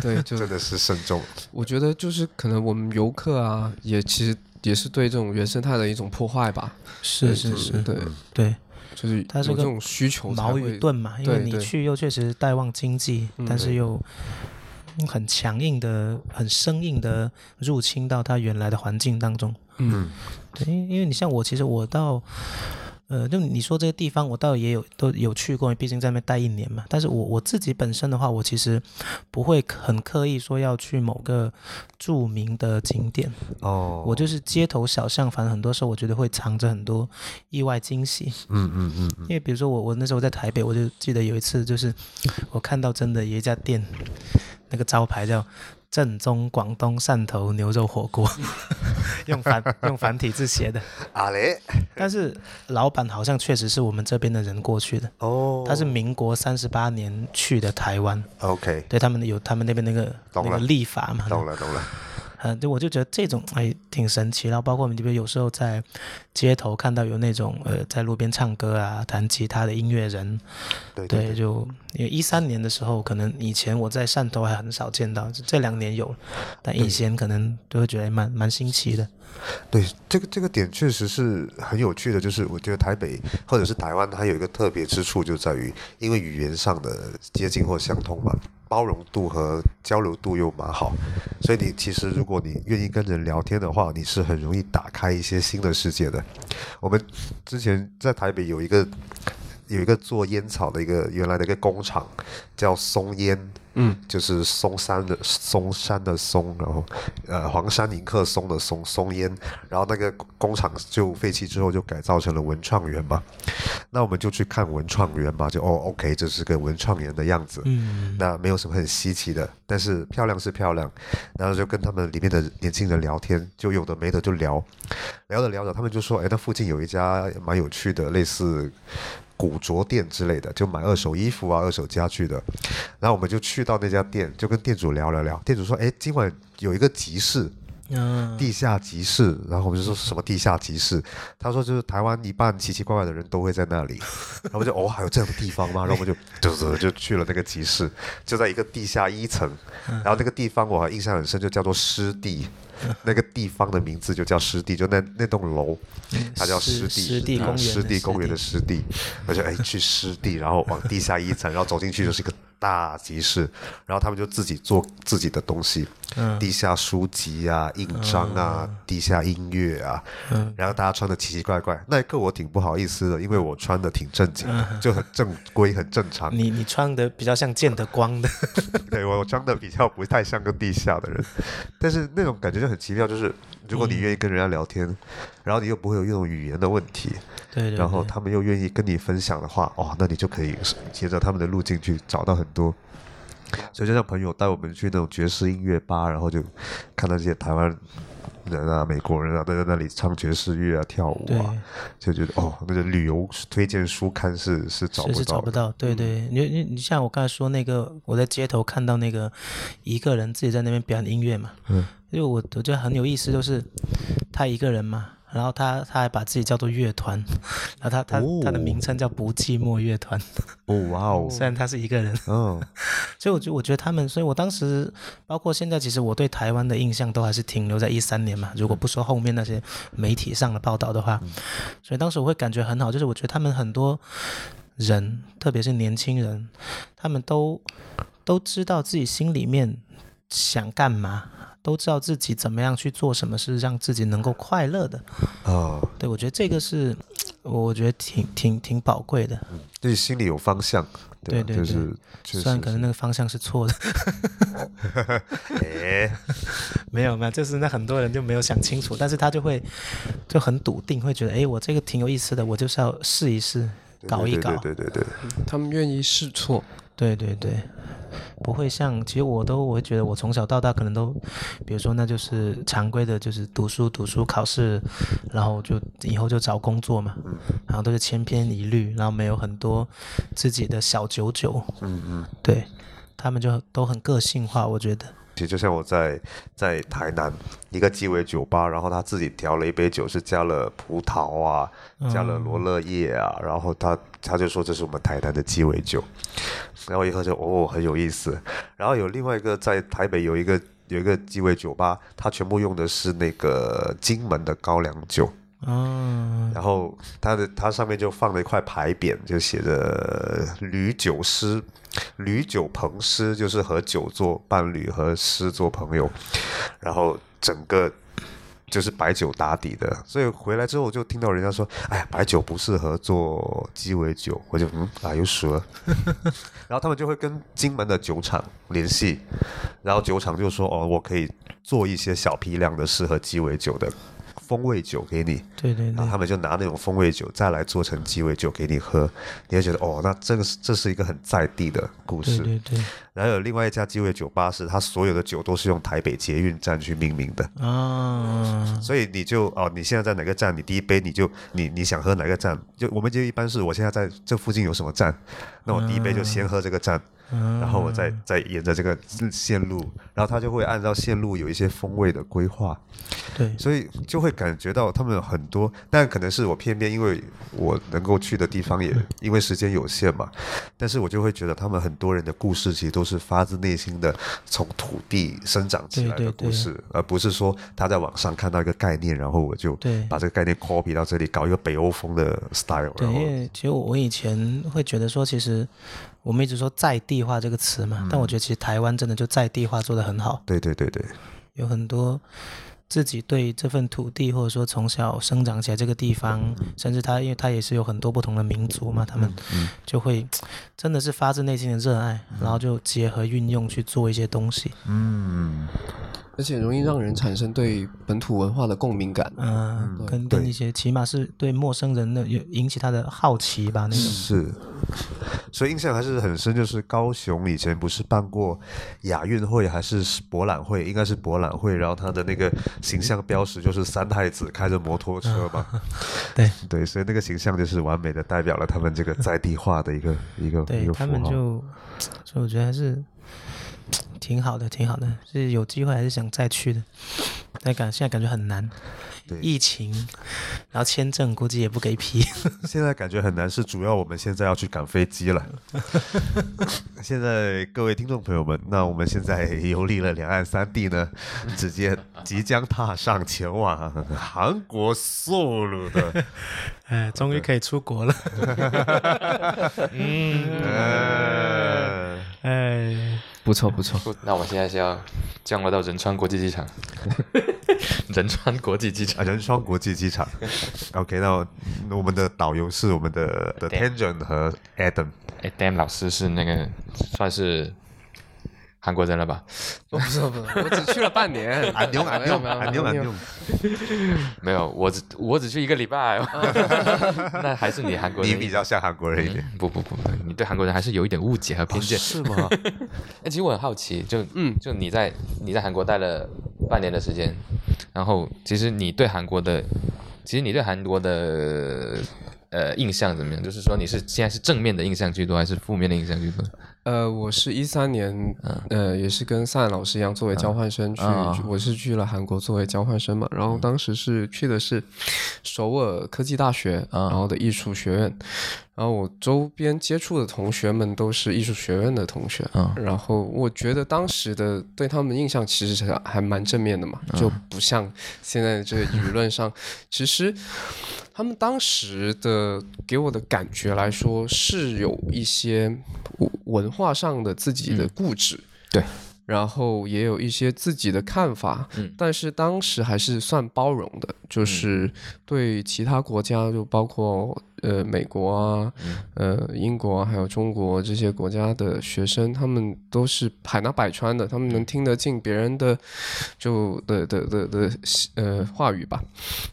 对，就真的是慎重。我觉得就是可能我们游客啊，也其实也是对这种原生态的一种破坏吧。是是是，对，对，就是它是有个这种需求才矛会与盾嘛，因为对你对去又确实带旺经济，嗯但是对又嗯很强硬的、很生硬的入侵到它原来的环境当中。嗯对，因因为你像我，其实我到，呃，就你说这个地方，我倒也有都有去过，毕竟在那边待一年嘛。但是我我自己本身的话，我其实不会很刻意说要去某个著名的景点，哦，我就是街头小巷，反正很多时候我觉得会藏着很多意外惊喜。嗯嗯嗯嗯，因为比如说我我那时候在台北，我就记得有一次，就是我看到真的有一家店，那个招牌叫“正宗广东汕头牛肉火锅”， [LAUGHS] 用 [LAUGHS] 繁用繁体字写的。阿雷但是老板好像确实是我们这边的人过去的，哦，他是民国三十八年去的台湾， OK，对他们有他们那边那个那懂了个历法嘛，懂了懂了，呃，对，我就觉得这种哎挺神奇。然后包括我们这边有时候在街头看到有那种呃在路边唱歌啊、弹吉他的音乐人，对对对，就因为一三年的时候，可能以前我在汕头还很少见到，这两年有了，但以前可能都会觉得哎蛮蛮新奇的。对，这个这个点确实是很有趣的，就是我觉得台北或者是台湾，它有一个特别之处，就在于因为语言上的接近或相通嘛，包容度和交流度又蛮好，所以你其实如果你愿意跟人聊天的话，你是很容易打开一些新的世界的。我们之前在台北有一个有一个做烟草的一个原来的一个工厂，叫松烟。嗯，就是松山的松山的松，然后呃黄山迎客松的松松烟，然后那个工厂就废弃之后就改造成了文创园嘛，那我们就去看文创园嘛，就哦 OK 这是个文创园的样子，嗯，那没有什么很稀奇的，但是漂亮是漂亮，然后就跟他们里面的年轻人聊天，就有的没的就聊，聊着聊着，他们就说，哎，那附近有一家蛮有趣的，类似古着店之类的，就买二手衣服啊、二手家具的。然后我们就去到那家店，就跟店主聊了聊，店主说，哎，今晚有一个集市，嗯，地下集市，然后我们就说是什么地下集市，他说就是台湾一半奇奇怪怪的人都会在那里，然后我就哦还有这样的地方吗？然后我们就 [LAUGHS] 就就就去了那个集市，就在一个地下一层，然后那个地方我还印象很深，就叫做湿地，那个地方的名字就叫湿地，就那那栋楼它叫湿湿地，啊嗯湿地公园的湿地公园的湿湿地，我就哎去湿地，然后往地下一层，然后走进去就是一个大集市，然后他们就自己做自己的东西，嗯地下书籍啊、印章啊、地下音乐啊，嗯然后大家穿的奇奇怪怪，那一刻我挺不好意思的，因为我穿的挺正经的，就很正规、很正常，嗯你你穿的比较像见得光的，对我装的比较不太像个地下的人，但是那种感觉就很奇妙，就是如嗯果你愿意跟人家聊天，然后你又不会有那种语言的问题，对对对然后他们又愿意跟你分享的话，哦，那你就可以沿着他们的路径去找到很多。所以就让朋友带我们去那种爵士音乐吧，然后就看到这些台湾人啊、美国人啊都在那里唱爵士乐啊、跳舞啊，就觉得哦，那个旅游推荐书刊是是找是不是到找不的。嗯到，对对，你你你像我刚才说那个，我在街头看到那个一个人自己在那边表演音乐嘛，嗯，因为我我觉得很有意思，就是他一个人嘛，然后他他还把自己叫做乐团，然后他他、他的名称叫不寂寞乐团，哦，哇哦，虽然他是一个人，嗯所以我就我觉得他们，所以我当时包括现在，其实我对台湾的印象都还是停留在一三年嘛。嗯如果不说后面那些媒体上的报道的话，所以当时我会感觉很好，就是我觉得他们很多人，特别是年轻人，他们都都知道自己心里面想干嘛，都知道自己怎么样去做什么是让自己能够快乐的。啊，对我觉得这个是，我觉得挺挺挺宝贵的。对，心里有方向，吧对对就是确虽然可实，能那个方向是错的，哎，没有没有，就是那很多人就没有想清楚，但是他就会就很笃定，会觉得哎，我这个挺有意思的，我就是要试一试，搞一搞，对对对对，他们愿意试错，对对对不会像其实我都我会觉得我从小到大可能都，比如说那就是常规的，就是读书读书考试，然后就以后就找工作嘛，然后都是千篇一律，然后没有很多自己的小九九，嗯嗯。对他们就都很个性化，我觉得，其实就像我在在台南一个鸡尾酒吧，然后他自己调了一杯酒，是加了葡萄啊，加了罗勒叶啊，然后他他就说这是我们台南的鸡尾酒，然后一喝就哦很有意思。然后有另外一个在台北有一个有一个鸡尾酒吧，它全部用的是那个金门的高粱酒，哦，然后它的它上面就放了一块牌匾，就写着“吕酒师”，吕酒朋师就是和酒做伴侣，和诗做朋友，然后整个。就是白酒打底的，所以回来之后我就听到人家说：“哎呀，白酒不适合做鸡尾酒。”我就嗯啊， [LAUGHS] 有数了。然后他们就会跟金门的酒厂联系，然后酒厂就说：“哦，我可以做一些小批量的适合鸡尾酒的风味酒给你。”对对然对后，他们就拿那种风味酒再来做成鸡尾酒给你喝，你会觉得哦，那这个是这是一个很在地的故对事。对对，然后有另外一家鸡尾酒吧是它所有的酒都是用台北捷运站去命名的，啊，所以你就哦，你现在在哪个站？你第一杯你就你你想喝哪个站？就我们就一般是我现在在这附近有什么站，那我第一杯就先喝这个站，嗯然后我再再沿着这个线路，然后他就会按照线路有一些风味的规划。对，所以就会感觉到他们有很多，但可能是我偏偏因为我能够去的地方嗯也因为时间有限嘛，但是我就会觉得他们很多人的故事其实都是发自内心的，从土地生长起来对的对故事，而不是说他在网上看到一个概念，然后我就对把这个概念 copy 到这里，搞一个北欧风的 style，对，然因后为其实我我以前会觉得说，其实我们一直说在地化这个词嘛，嗯但我觉得其实台湾真的就在地化做得很好，对对对对，有很多自己对这份土地，或者说从小生长起来这个地方，嗯甚至他，因为他也是有很多不同的民族嘛，他们嗯就会真的是发自内心的热爱，然后就结合运用去做一些东西。嗯，而且容易让人产生对本土文化的共鸣 [LAUGHS] 感。嗯，跟跟对一些起码是对陌生人的有引起他的好奇吧，那种是，嗯所以印象还是很深，就是高雄以前不是办过亚运会还是博览会，应该是博览会，然后它的那个形象标识就是三太子开着摩托车 [LAUGHS] 嘛，对对，所以那个形象就是完美的代表了他们这个在地化的一个一个一对个符他们号就，所以我觉得还是挺好的，挺好的，是有机会还是想再去的，但感现在感觉很难，对疫情，然后签证估计也不给批，现在感觉很难，是主要我们现在要去赶飞机了。现在各位听众朋友们，那我们现在游历了两岸三地呢，直接即将踏上前往韩国 Seoul 的，哎，终于可以出国 [LAUGHS] 了，呃，哎，不错不错，不那我现在是要降落到仁川国际机场， [LAUGHS] 仁川国际机啊场。仁川国际机场。OK，那我那我们的导游是我们的的 Tangent 和 Adam。哎，Dan 老师是那个算是韩国人了吧？不错不 [LAUGHS] 错，我只去了半 [LAUGHS] 年，安妞安妞安妞安妞，没有，我只我只去一个礼拜， [LAUGHS] 那还是你韩国人。你比较像韩国人一点。不不不，不你对韩国人还是有一点误解和偏 [LAUGHS] 见。是吗？哎，其实我很好奇，就嗯，就你在你在韩国待了半年的时间，然后其实你对韩国的，其实你对韩国的呃印象怎么样？就是说你是现在是正面的印象居多，还是负面的印象居多？呃，我是一三年，呃，也是跟萨老师一样，作为交换生去，嗯啊嗯我是去了韩国作为交换生嘛。然后当时是去的是首尔科技大学，啊然后的艺术学院。然后我周边接触的同学们都是艺术学院的同学，啊然后我觉得当时的对他们的印象其实是还蛮正面的嘛，嗯就不像现在这个 [LAUGHS] 舆论上，其实他们当时的给我的感觉来说是有一些文化上的自己的固执，对，然后也有一些自己的看法，嗯但是当时还是算包容的，就是对其他国家，就包括呃美国啊、呃英国啊，还有中国这些国家的学生，他们都是海纳百川的，他们能听得进别人的就的的的的呃话语吧。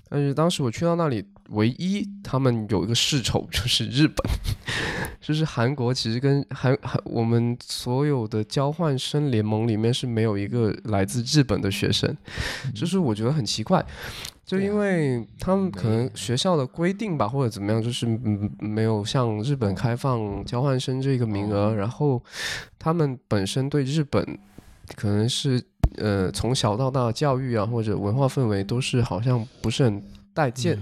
但是当时我去到那里，唯一他们有一个世仇 [LAUGHS] 就是日本。就是韩国其实跟韩韩我们所有的交换生联盟里面是没有一个来自日本的学生，就是我觉得很奇怪，就因为他们可能学校的规定吧，或者怎么样，就是嗯没有向日本开放交换生这个名额，然后他们本身对日本可能是呃从小到大的教育啊或者文化氛围都是好像不是很待见。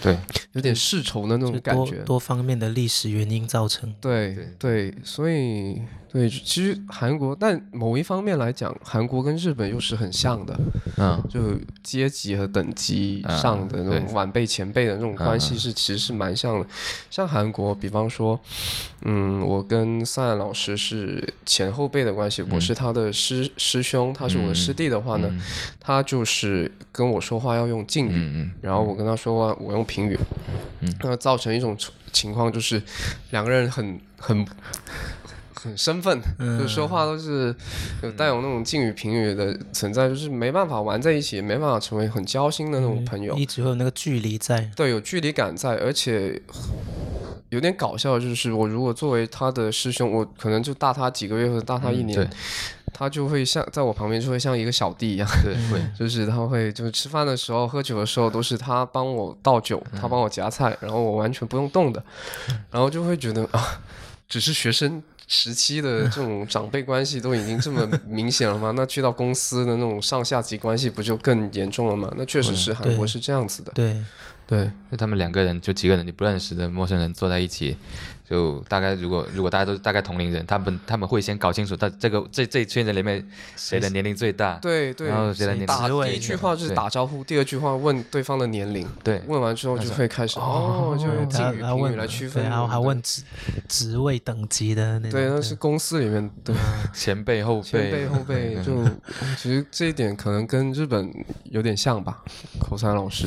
对，有点世仇的那嗯就种感多觉。多方面的历史原因造成。对对，所以对，其实韩国，但某一方面来讲，韩国跟日本又是很像的，嗯，就阶级和等级啊上的那对种晚辈前辈的那种关啊系是其实是蛮像的。像韩国，比方说，嗯，我跟三岸老师是前后辈的关系，嗯我是他的师师兄，他是我的师弟的话呢，他就是跟我说话要用敬语，嗯嗯，然后我跟他说话我用平语，那造成一种处情况就是两个人很很。很生分，就说话都是有带有那种敬语平语的存在，就是没办法玩在一起，也没办法成为很交心的那嗯种朋友。一直会有那个距离在，对，有距离感在，而且有点搞笑，就是我如果作为他的师兄，我可能就大他几个月或者大他啊一年，嗯对他就会像在我旁边就会像一个小弟一样，对会， [LAUGHS] 就是他会就是吃饭的时候、喝酒的时候都是他帮我倒酒，他帮我夹菜，然后我完全不用动的，然后就会觉得啊，只是学生。时期的这种长辈关系都已经这么明显了吗？那去到公司的那种上下级关系不就更严重了吗？那确实是韩国对是这样子的，对，对，就他们两个人，就几个人你不认识的陌生人坐在一起，就大概如果如果大家都大概同龄人，他们他们会先搞清楚到这个这这一圈人里面谁的年龄最大，对对，然后谁的谁年大龄打职位第一句话就是对打招呼，第二句话问对方的年龄，对问完之后就会开始哦，就用敬他语、他评问语来区分，对，然后还问职职位等级的那种，对，那嗯是公司里面对前辈后前辈辈后辈，就其实这一点可能跟日本有点像吧，口才老师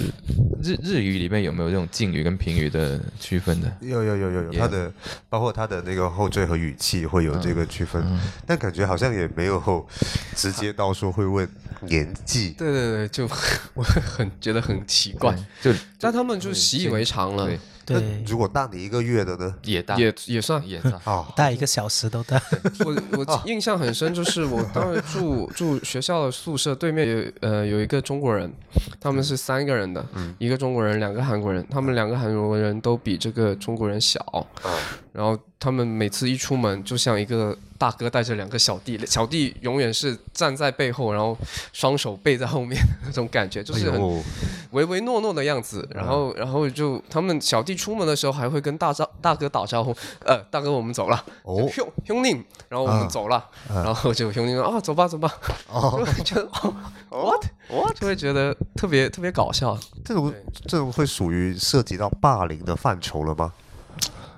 日日语里面有没有这种敬语跟平语的区分的？有有有有有，他的包括他的那个后缀和语气会有这个区分，但感觉好像也没有直接到说会问年纪。对对对，就 [LAUGHS] 我很觉得很奇怪，就但他们就习以为常了，对那对，如果大你一个月的呢？也大也也算也 [LAUGHS] 大，哦，大一个小时都大， [LAUGHS] 我啊我印象很深，就是我当时住住学校的宿舍对面有呃有一个中国人，他们是三个人的，嗯一个中国人，两个韩国人，他们两个韩国人都比这个中国人小，啊然后他们每次一出门就像一个大哥带着两个小弟，小弟永远是站在背后，然后双手背在后面那种感觉，就哎是很呦，嗯唯唯诺诺的样子，然后然后就他们小弟出门的时候还会跟大招大哥打招呼，呃，大哥我们走了，哦兄兄弟，然后我们走了，啊然后就兄弟说啊走吧走吧， [LAUGHS] 哦，就哦 what what 就会觉得特别特别搞笑，这种这种会属于涉及到霸凌的范畴了吗？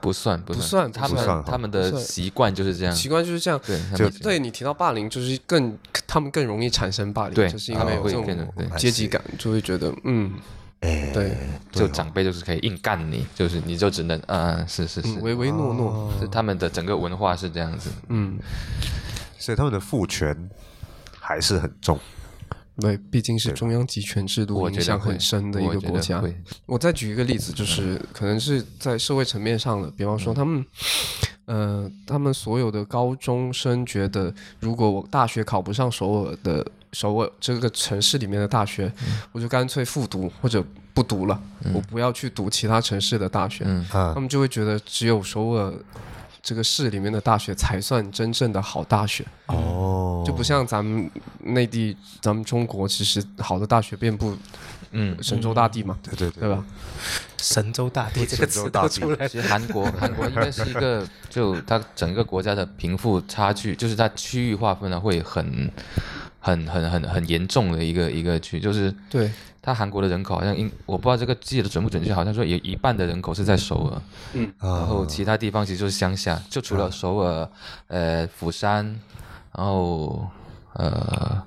不算不不算他不算哈们他们不的算习惯就是这样，习惯就是这样。嗯对他们就习惯对你提到霸凌，就是更他们更容易产生霸凌，对啊就是因为有会这种变得对阶级感，就会觉得嗯，哎，对，就长辈就是可以硬干你，就是你就只能啊、是是是嗯，唯唯诺诺，是他们的整个文化是这样子。嗯，所以他们的父权还是很重。对，毕竟是中央集权制度我影觉响得会很深的一我个觉得国家会。我再举一个例子，就是可能是在社会层面上的，比方说他们，呃，他们所有的高中生觉得，如果我大学考不上首尔的首尔这个城市里面的大学，我就干脆复读或者不读了，我不要去读其他城市的大学。嗯啊他们就会觉得只有首尔这个市里面的大学才算真正的好大学。哦，就不像咱们内地，咱们中国其实好的大学遍布嗯，神州大地嘛，对对对对吧？？ [LAUGHS] 神州大地这个神词州大都地出来了，其实韩国 [LAUGHS] 韩国应该是一个，就它整个国家的贫富差距，就是它区域划分呢会很很很很很严重的一个一个区，就是对，它韩国的人口好像应我不知道这个记得准不准确，好像说有一半的人口是在首尔，然啊，后其他地方其实就是乡下，就除了首尔、呃釜山，然后呃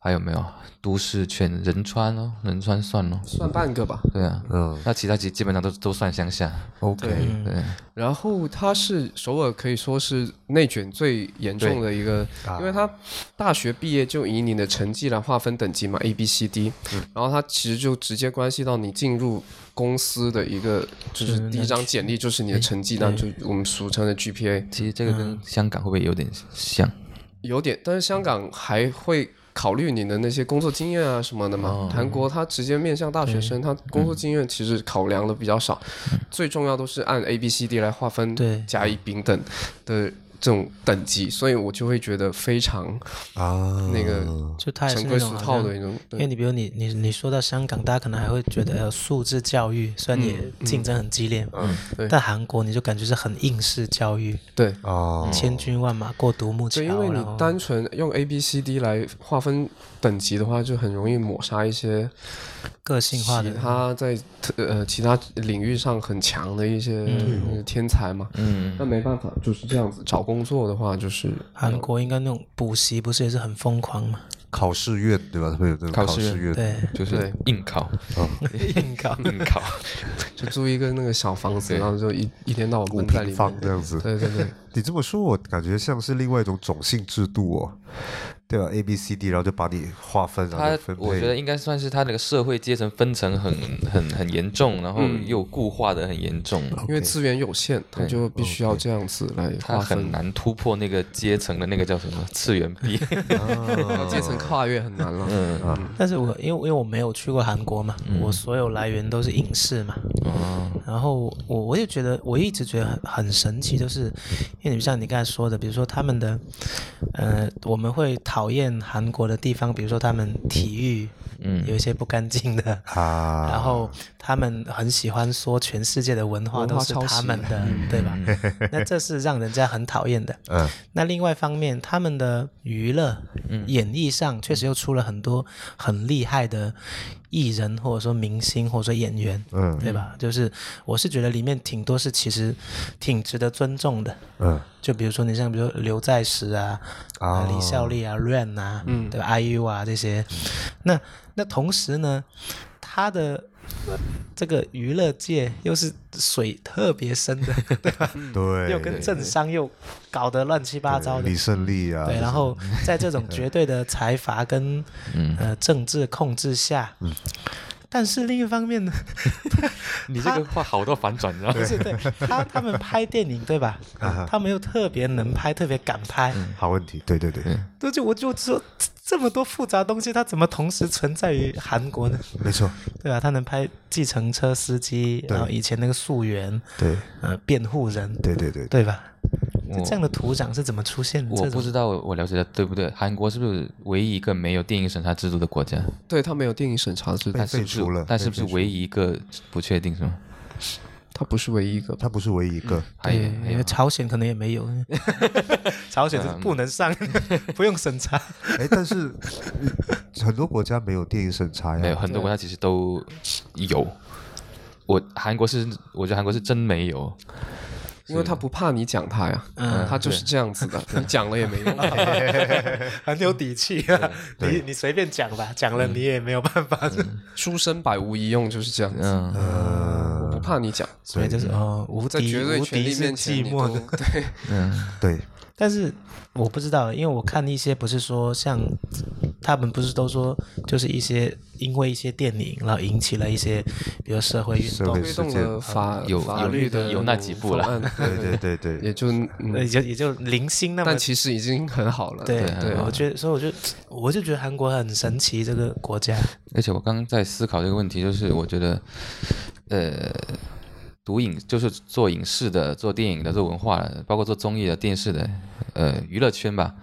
还有没有都市圈仁川哦，仁川算咯，算半个吧。对啊，嗯那其他基基本上都都算乡下， ，OK，嗯对，然后它是首尔可以说是内卷最严重的一个，因为它大学毕业就以你的成绩来划分等级嘛，A、B、C、D，然后它其实就直接关系到你进入公司的一个，就是嗯第一张简历就是你的成绩单，就我们俗称的 GPA。其实这个跟香港会不会有点像？有点，但是香港还会考虑你的那些工作经验啊什么的嘛。哦韩国他直接面向大学生，他工作经验其实考量嗯 [LAUGHS] 的比较少，最重要都是按 A、B、C、D 来划分，对甲乙丙等的这种等级，所以我就会觉得非常啊，那个就它也是陈那规种俗好套像的一种。因为对你比如你你你说到香港，大家可能还会觉得呃素质教育，虽然也竞争很激烈，嗯对但韩国你就感觉是很应试教育，对哦，千军万马过独木桥，对，因为你然后单纯用 A B C D 来划分等级的话，就很容易抹杀一些个性化其的他在特呃其他领域上很强的一些呃天才嘛。嗯，那没办法，就是这样子。找工作的话，就是韩国应该那种补习不是也是很疯狂嘛？考试月对吧？特别有这种考试试月， [LAUGHS] 对，就是对硬考，硬搞。硬考，就租一个那个小房子，对然后就一一天到晚五闷在里平方面。这样子。对对对，你这么说，我感觉像是另外一种种姓制度哦，对吧？A B C D，然后就把你划分，然后他就分配。我觉得应该算是他那个社会阶层分层很很很严重，然后又固化的很严重，因为资源有限，他就必须要这样子来他划很分。难突破那个阶层的那个叫什么次元 [LAUGHS] 壁。要阶层跨越很难了。嗯但是我因为因为我没有去过韩国嘛，我所有来源都是影视嘛，然后我我也觉得我一直觉得很很神奇，就是因为你像你刚才说的，比如说他们的，呃，我们会讨厌韩国的地方，比如说他们体育，嗯，有一些不干净的。啊，然后他们很喜欢说全世界的文化文化都是抄袭嗯他们的，对吧？那这是让人家很讨厌的。嗯， [LAUGHS] 那另外一方面，他们的娱乐、嗯演艺上确实又出了很多很厉害的艺人，或者说明星，或者说演员，嗯对吧？就是我是觉得里面挺多是其实挺值得尊重的。嗯，就比如说你像比如说刘在石啊、啊李孝利啊、Rain 啊、嗯、对吧？IU 啊这些，那那同时呢，他的。呃这个娱乐界又是水特别深的，对吧？对， [LAUGHS] 又跟政商又搞得乱七八糟的李，胜利啊，对，然后在这种绝对的财阀跟呃政治控制下，但是另一方面呢，你这个话好多反转，你知道吗 [LAUGHS] 不？是对啊他他们拍电影对 [LAUGHS] 吧？他们又特别能拍，特别敢拍，好问题，对对对，对就我就说这这么多复杂东西，它怎么同时存在于韩国呢？没错，对吧？他能拍计程车司机，然后以前那个溯源，对呃，辩护人，对对对，对吧？这样的土壤是怎么出现的？ [LAUGHS] 我这不种知道我我了解的对不对？韩国是不是唯一一个没有电影审查制度的国家？对他没有电影审查制度被，它是不废是除了？它是不是唯一一个不确定是吗？他不是唯一一个吧。它不是唯一一个，嗯还有还因有为哎朝鲜可能也没 [LAUGHS] 有，朝鲜是不能上，嗯 [LAUGHS] 不用审查。哎，但是嗯很多国家没有电影审查没有呀，很多国家其实都有。我韩国是，我觉得韩国是真没有，因为他不怕你讲他呀，他就是这样子的，你讲了也没用。很有底气啊！你你随便讲吧，讲了你也没有办法。书生百无一用就是这样子，嗯，我不怕你讲， [LAUGHS] 所以就是哦，无在敌绝对无权敌力是面前寂寞的你。都 [LAUGHS] [LAUGHS] 对，对，但是我不知道，因为我看一些不是说像他们不是都说，就是一些因为一些电影，然后引起了一些，比如社会运社动会，推动了啊法有法有律的有那几步了了， [LAUGHS] 对对对对对，也就嗯， [LAUGHS] 也就也就零星那么但其实已经很好了。对对，我觉得，所以我就我就觉得韩国很神奇这个国家。而且我刚刚在思考这个问题，就是我觉得，呃，读影就是做影视的、做电影的、做文化的，包括做综艺的、电视的，呃，娱乐圈吧，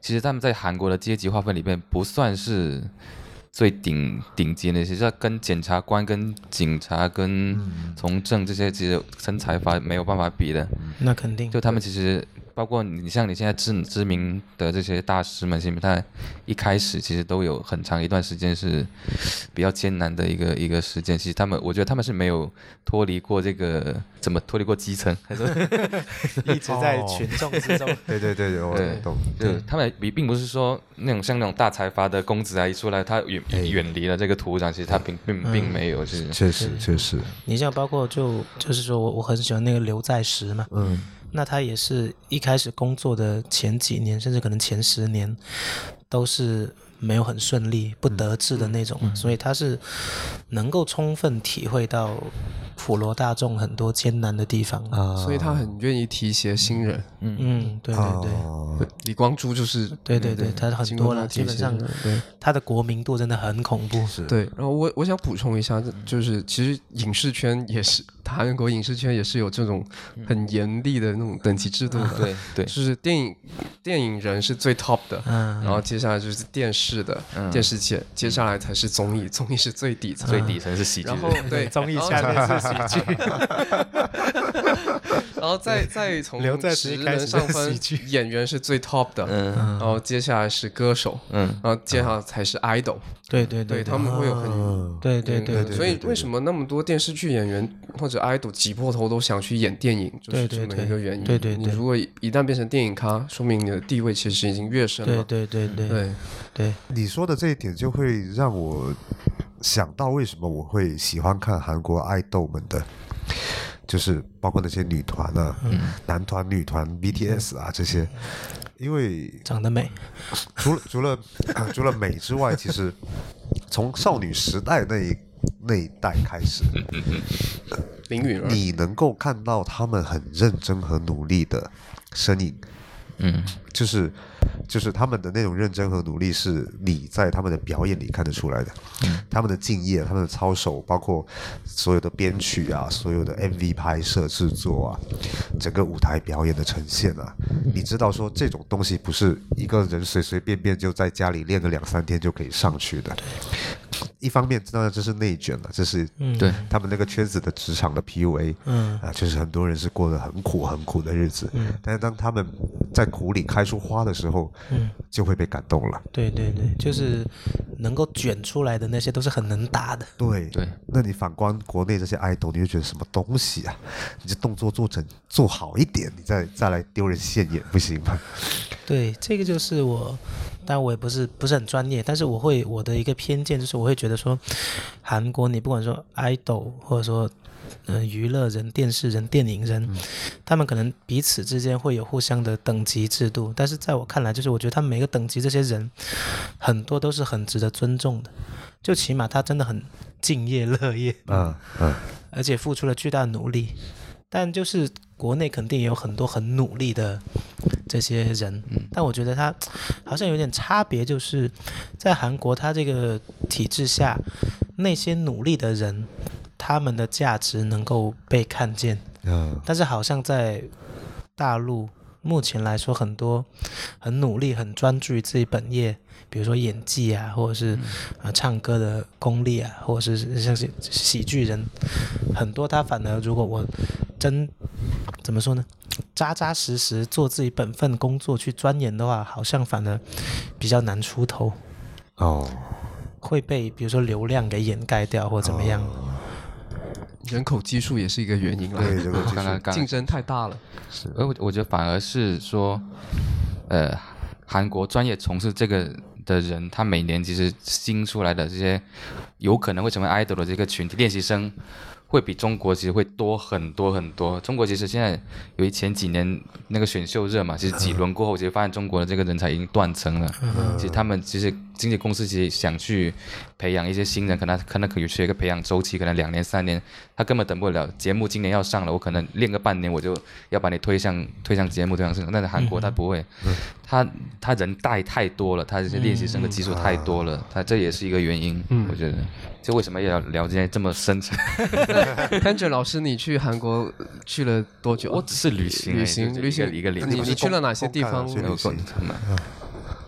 其实他们在韩国的阶级划分里面不算是最顶顶尖的，其实跟检察官、跟警察、跟从政这些，其实跟财阀没有办法比的。嗯那肯定，就他们其实包括你像你现在知知名的这些大师们，其实他一开始其实都有很长一段时间是比较艰难的一个一个时间。其实他们，我觉得他们是没有脱离过这个怎么脱离过基层，[LAUGHS] 还是一直在群众之哦 [LAUGHS] 中。对对对对，我懂，对，他们并并不是说那种像那种大财阀的公子啊，一出来他哎远远离了这个土壤，其实他并并嗯并没有，就是确实确实，你像包括就就是说我我很喜欢那个刘在石嘛，嗯，那他也是一开始工作的前几年，甚至可能前十年，都是没有很顺利、不得志的那种，所以他是能够充分体会到普罗大众很多艰难的地方啊，所以他很愿意提携新人。嗯，对对对。哦，李光洙就是对对对，他很经过多了，他基提本携上的对。他的国民度真的很恐怖。嗯对，然后我我想补充一下，就是其实影视圈也是，韩国影视圈也是有这种嗯很严厉的那种等级制度啊的，对对就是电影电影人是最 top 的，嗯然后接下来就是电视的，电视界，接下来才是综艺，综艺是最底层，嗯最底层是喜剧嗯然人，后对综艺然后下面是喜剧，然后再再从刘在石职一开能始上是分喜剧，演员是最 top 的，嗯然后接下来是歌手，嗯，然后接下来才是 idol，对对对他们会有很。嗯对嗯哦对对所以为什么那么多电视剧演员或者 idol 挤破头都想去演电影，就是对这对么对一个原因。对对对你如果一旦变成电影咖，说明你的地位其实已经跃升对了。对对对对对，你说的这一点就会让我想到为什么我会喜欢看韩国爱豆们的，就是包括那些女团啊、男团、女团、BTS 啊这些，因为长得美，除了除了、 [COUGHS] 呃除了美之外，其实从少女时代那一那一代开始，林允儿，你能够看到他们很认真、很努力的身影。嗯，就是就是他们的那种认真和努力，是你在他们的表演里看得出来的。他们的敬业、他们的操守，包括所有的编曲啊、所有的 MV 拍摄制作啊、整个舞台表演的呈现啊，你知道说这种东西不是一个人随随便便就在家里练个两三天就可以上去的。一方面，当然这是内卷了，这是对他们那个圈子的职场的 PUA，嗯啊，就是很多人是过得很苦很苦的日子，嗯，但是当他们在苦里开出花的时候，嗯，就会被感动了。对对对，就是能够卷出来的那些都是很能打的，对对，那你反观国内这些 idol，你就觉得什么东西啊？你这动作做成做好一点，你再再来丢人现眼不行吗？对，这个就是我，但我也不是不是很专业，但是我会我的一个偏见就是，我会觉得说，韩国你不管说 idol 或者说嗯、呃娱乐人、电视人、电影人，他们可能彼此之间会有互相的等级制度，但是在我看来，就是我觉得他们每个等级这些人，很多都是很值得尊重的，就起码他真的很敬业乐业，嗯嗯，而且付出了巨大努力。但就是国内肯定也有很多很努力的这些人，但我觉得他好像有点差别，就是在韩国他这个体制下，那些努力的人，他们的价值能够被看见，嗯但是好像在大陆目前来说，很多很努力、很专注于自己本业，比如说演技啊，或者是呃唱歌的功力啊，或者是像是喜剧人，很多他反而如果我真怎么说呢，扎扎实实做自己本分工作去钻研的话，好像反而比较难出头，哦，会被比如说流量给掩盖掉或怎么样。人口基数也是一个原因啦。对，这个就刚刚是刚竞争太大了。而呃我我觉得反而是说，呃，韩国专业从事这个的人，他每年其实新出来的这些有可能会成为 idol 的这个群体练习生，会比中国其实会多很多很多。中国其实现在由于前几年那个选秀热嘛，其实几轮过后，其实发现中国的这个人才已经断层了。其实他们其实经纪公司其实想去培养一些新人，啊可能可能可以学一个培养周期，可能两年三年，他根本等不了。节目今年要上了，我可能练个半年，我就要把你推向推向节目，推向市场。但是韩国他不会，他他人带太多了，他这些练习生的基数太多了，他这也是一个原因。我觉得，就为什么要聊这些这么深层？潘哲老师，你去韩国呃去了多久啊？我只是旅行而已，旅行就旅行就一个一个你礼拜你去了哪些地方公？干了没有旅行过他们。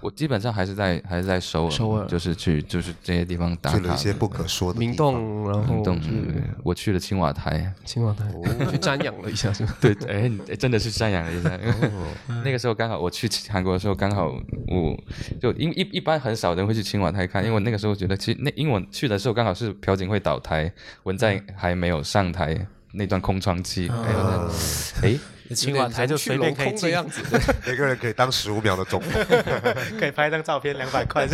我基本上还是在还是在首尔，首尔就是去就是这些地方打去卡了一些不可说的地明方。洞，然后动哦去，我去了青瓦台，青瓦台，去瞻仰了一下，是吧？ [LAUGHS] 对，哎，你哎真的是瞻仰了一下。因为 [LAUGHS] 那个时候刚好我去韩国的时候，刚好我就因一一般很少人会去青瓦台看，因为我那个时候觉得，其实那因为我去的时候刚好是朴槿惠倒台，文在还没有上台那段空窗期，哎我在，哎，青瓦台就随便可以去镂空的进，样子。每个人可以当十五秒的总统。可以拍张照片，两百块。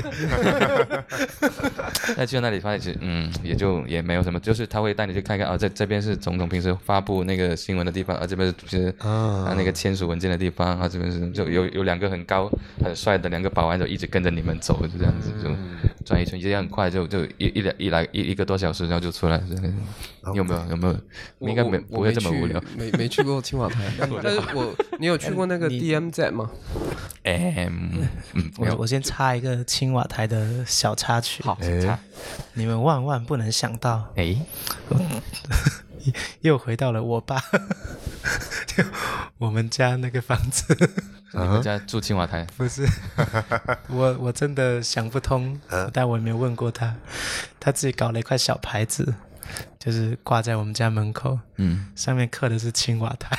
[LAUGHS] 那去到那里发现，其实嗯，也就也没有什么，就是他会带你去看一看啊，这这边是总统平时发布那个新闻的地方，啊，这边是是啊那个签署文件的地方，啊，这边是就有有两个很高很帅的两个保安就一直跟着你们走，就这样子就转一圈，这样很快就就一一来一来一一个多小时，然后就出来。这个你有没有有没有？你应该没我不会这么无聊。，我没去没没去过青瓦台，但是我你有去过那个 DMZ 吗？哎，嗯，嗯没我有我先插一个青瓦台的小插曲，好，查你们万万不能想到，哎，一又回到了我 [LAUGHS] 爸，就我们家那个房子，你们家住青瓦台，不是我我 [LAUGHS] 真的想不通，但我也没问过他，他自己搞了一块小牌子，就是挂在我们家门口，嗯，上面刻的是青瓦台，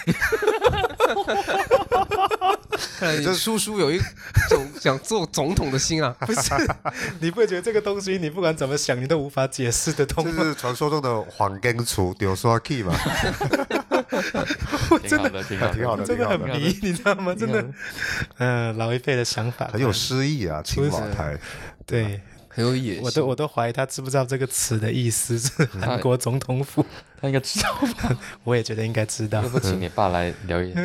看来你叔叔有一种想做总统的心啊！不是？ [LAUGHS] 你不觉得这个东西你不管怎么想你都无法解释得通这吗？是传说中的黄根厨丢刷 key 嘛？挺好的，挺好的， [LAUGHS] 挺好的 [LAUGHS] 真挺的很好的迷，你知道吗？真的挺好，嗯、老一辈的想法很有诗意啊，青瓦台。对。很有野心。我都我都怀疑他知不知道这个词的意思是韩国总统府，他应该知道吧？我也觉得应该知 [LAUGHS] 道要，不请你爸来聊 [LAUGHS] 一聊？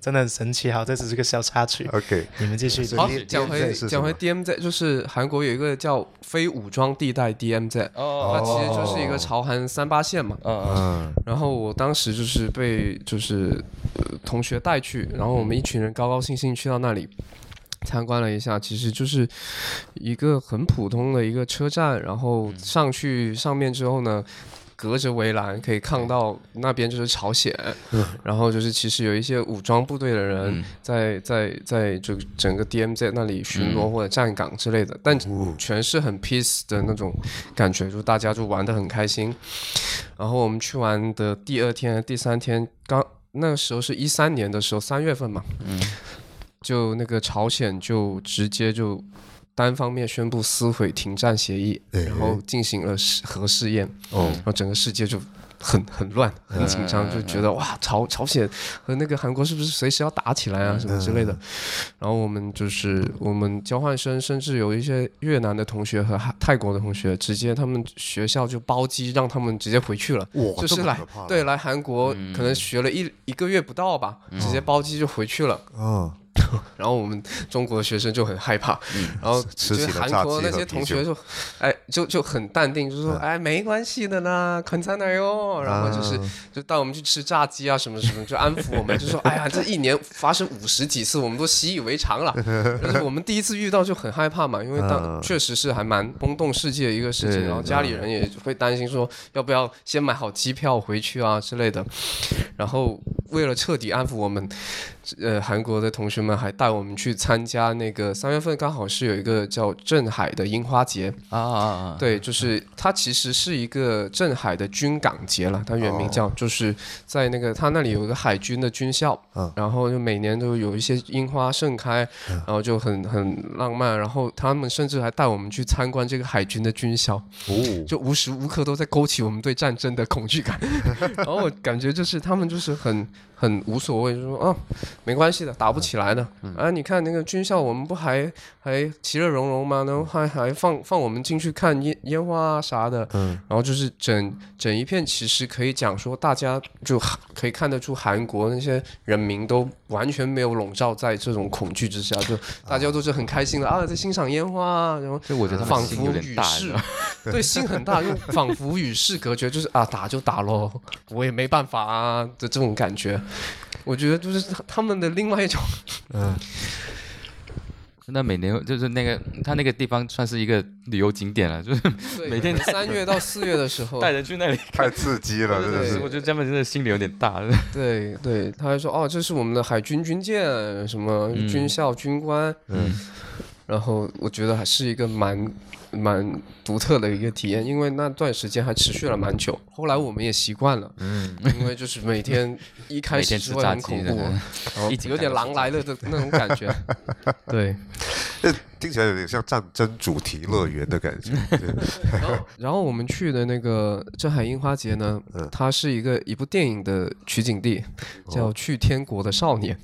真的很神奇。好，这只是个小插曲， OK，你们继续。所好以你，讲你回认识什讲么回 DMZ，就是韩国有一个叫非武装地带 DMZ，它其实就是一个朝韩三八线嘛。嗯哦嗯，然后我当时就是被就是、呃、同学带去，然后我们一群人高高兴兴去到那里。参观了一下，其实就是一个很普通的一个车站，然后嗯上去上面之后呢，隔着围栏可以看到那边就是朝鲜，然后就是其实有一些武装部队的人在、在在就整个 DMZ 那里巡逻或者站岗之类的，但全是很 peace 的那种感觉，就大家就玩得很开心。然后我们去玩的第二天、第三天，刚那个时候是一三年的时候，三月份嘛，嗯就那个朝鲜就直接就单方面宣布撕毁停战协议，然后进行了试核试验， [LAUGHS] 哦然后整个世界就。很很乱，很紧嗯张，就觉得哇，朝朝鲜和那个韩国是不是随时要打起来啊，什么之嗯类的。然后我们就是我们交换生，甚至有一些越南的同学和哈泰国的同学，直接他们学校就包机让他们直接回去了。哇，就这是么来可怕嗯对，来韩国，可能学了一一个月不到吧，直接包机就回去了。嗯，然后我们中国学生就很害怕，然后吃就是起了韩炸国鸡那和些啤同酒学就，哎，就就很淡定，就说哎没关系的啦，看在那哟，然后就是就带我们去吃炸鸡啊什么什么，就安抚我们，就说哎呀这一年发生五十几次，我们都习以为常了。但是我们第一次遇到就很害怕嘛，因为当确实是还蛮轰动世界的一个事情，然后家里人也会担心说要不要先买好机票回去啊之类的。然后为了彻底安抚我们，呃，韩国的同学们还带我们去参加那个三月份刚好是有一个叫镇海的樱花节，啊啊啊！对，就是它其实是一个镇海的军港节了，它原名叫，就是在那个它那里有一个海军的军校，嗯然后就每年都有一些樱花盛开，然后就很很浪漫，然后他们甚至还带我们去参观这个海军的军校，哦，就无时无刻都在勾起我们对战争的恐惧感。然后我感觉就是他们就是很很无所谓，就说啊，没关系的，打不起来的。啊，你看那个军校，我们不还还其乐融融吗？然后还还放放我们进去看烟烟花啊啥的。嗯，然后就是整整一片，其实可以讲说，大家就可以看得出韩国那些人民都完全没有笼罩在这种恐惧之下，就大家都是很开心的啊，在欣赏烟花啊，然后所以我觉得他仿们心有佛点与大，你知世道吗对，心很大，又仿佛与世隔绝，就是啊，打就打喽，我也没办法啊的这种感觉。我觉得就是他他们的另外一 [LAUGHS] 种，那每年就是那个他那个地方算是一个旅游景点了，啊就是对每天带三月到四月的时候， [LAUGHS] 带人去那里。 [LAUGHS] 太刺激了，真的对是。我觉得他们真的心里有点大，对对，他还说哦，这是我们的海军军舰，什么嗯军校、军官，嗯，然后我觉得还是一个蛮蛮独特的一个体验，因为那段时间还持续了蛮久，后来我们也习惯了，嗯，因为就是每天一开每始天是吃会炸很鸡恐的怖，人，然后一直有点看到狼来了的那种感觉，哦对。这听起来有点像战争主题乐园的感 [LAUGHS] 觉。然后我们去的那个镇海樱花节呢，它是一个一部电影的取景地，叫《去天国的少 [LAUGHS] 年》。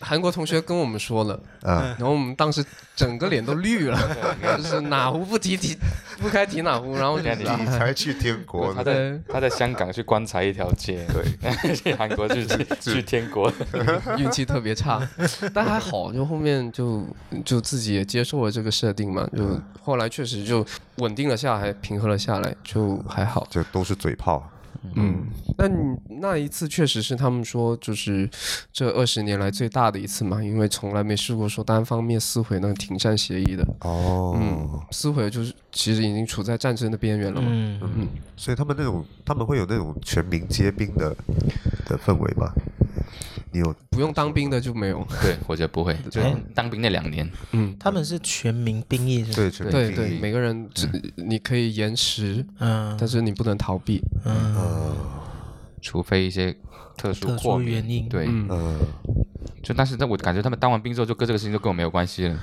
韩国同学跟我们说了，啊，然后我们当时整个脸都绿 [LAUGHS] 了，就是哪壶不提提不该提哪壶，然后就是你才去天国他呢，在他在香港去观察一条街，对， [LAUGHS] 去韩国去去去天国， [LAUGHS] 运气特别 [LAUGHS] 差，但还好，就后面就就自己也接受了这个设定嘛，就嗯后来确实就稳定了下来，平和了下来，就还好。就都是嘴炮。啊嗯，那你那一次确实是他们说就是这二十年来最大的一次嘛，因为从来没试过说单方面撕毁那个停战协议的，哦，嗯，撕毁就是其实已经处在战争的边缘了嘛。嗯，所以他们那种他们会有那种全民皆兵的的氛围吗？你有不用当兵的就没有，对，我觉得不会，就当兵那两年，嗯，他们是全民兵役是吧？对全民对兵对，役每个人只你可以延迟，嗯但是你不能逃避。除非一些特殊嗯特殊豁免原因对，呃，就但是但我感觉他们当完兵之后，就跟这个事情就跟我没有关系了。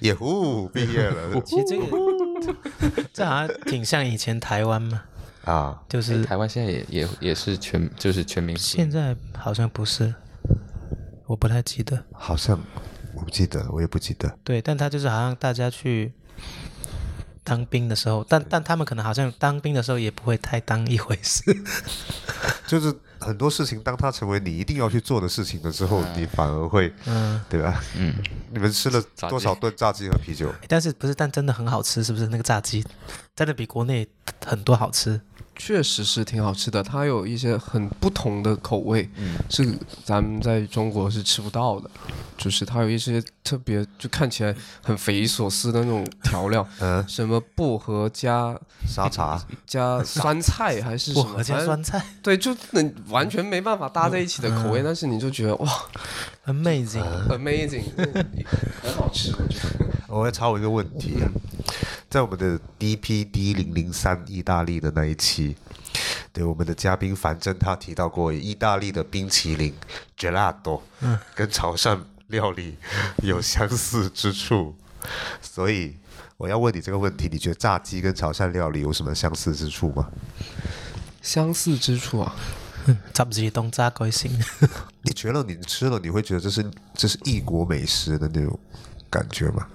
也呼毕业 [LAUGHS] 了其实这个 [LAUGHS] 这好像挺像以前台湾嘛，啊，就是台湾现在也也也是全就是全民性现在好像不是，我不太记得。好像我不记得，我也不记得。对，但他就是好像大家去当兵的时候，但但他们可能好像当兵的时候也不会太当一回事。就是很多事情，当它成为你一定要去做的事情了之后，嗯你反而会，对吧？嗯，你们吃了炸鸡多少顿炸鸡和啤酒？但是不是？但真的很好吃，是不是？那个炸鸡真的比国内很多好吃。确实是挺好吃的，它有一些很不同的口味，嗯是咱们在中国是吃不到的，就是它有一些特别就看起来很匪夷所思的那种调 [LAUGHS] 料，嗯，什么薄荷加沙 [LAUGHS] 茶，加酸菜还是什薄么，荷加反正酸菜对，就那完全没办法搭在一起的口嗯味，但是你就觉得哇，amazing。嗯 [LAUGHS] ，amazing，很好吃，我觉得。我要插我一个问题啊，在我们的 DPD 零零三意大利的那一期，对我们的嘉宾樊真他提到过，意大利的冰淇淋 gelato，跟潮汕料理有相似之处，所以我要问你这个问题，你觉得炸鸡跟潮汕料理有什么相似之处吗？相似之处啊，十二冬炸改性，你觉得你吃了你会觉得这是这是异国美食的那种感觉吗？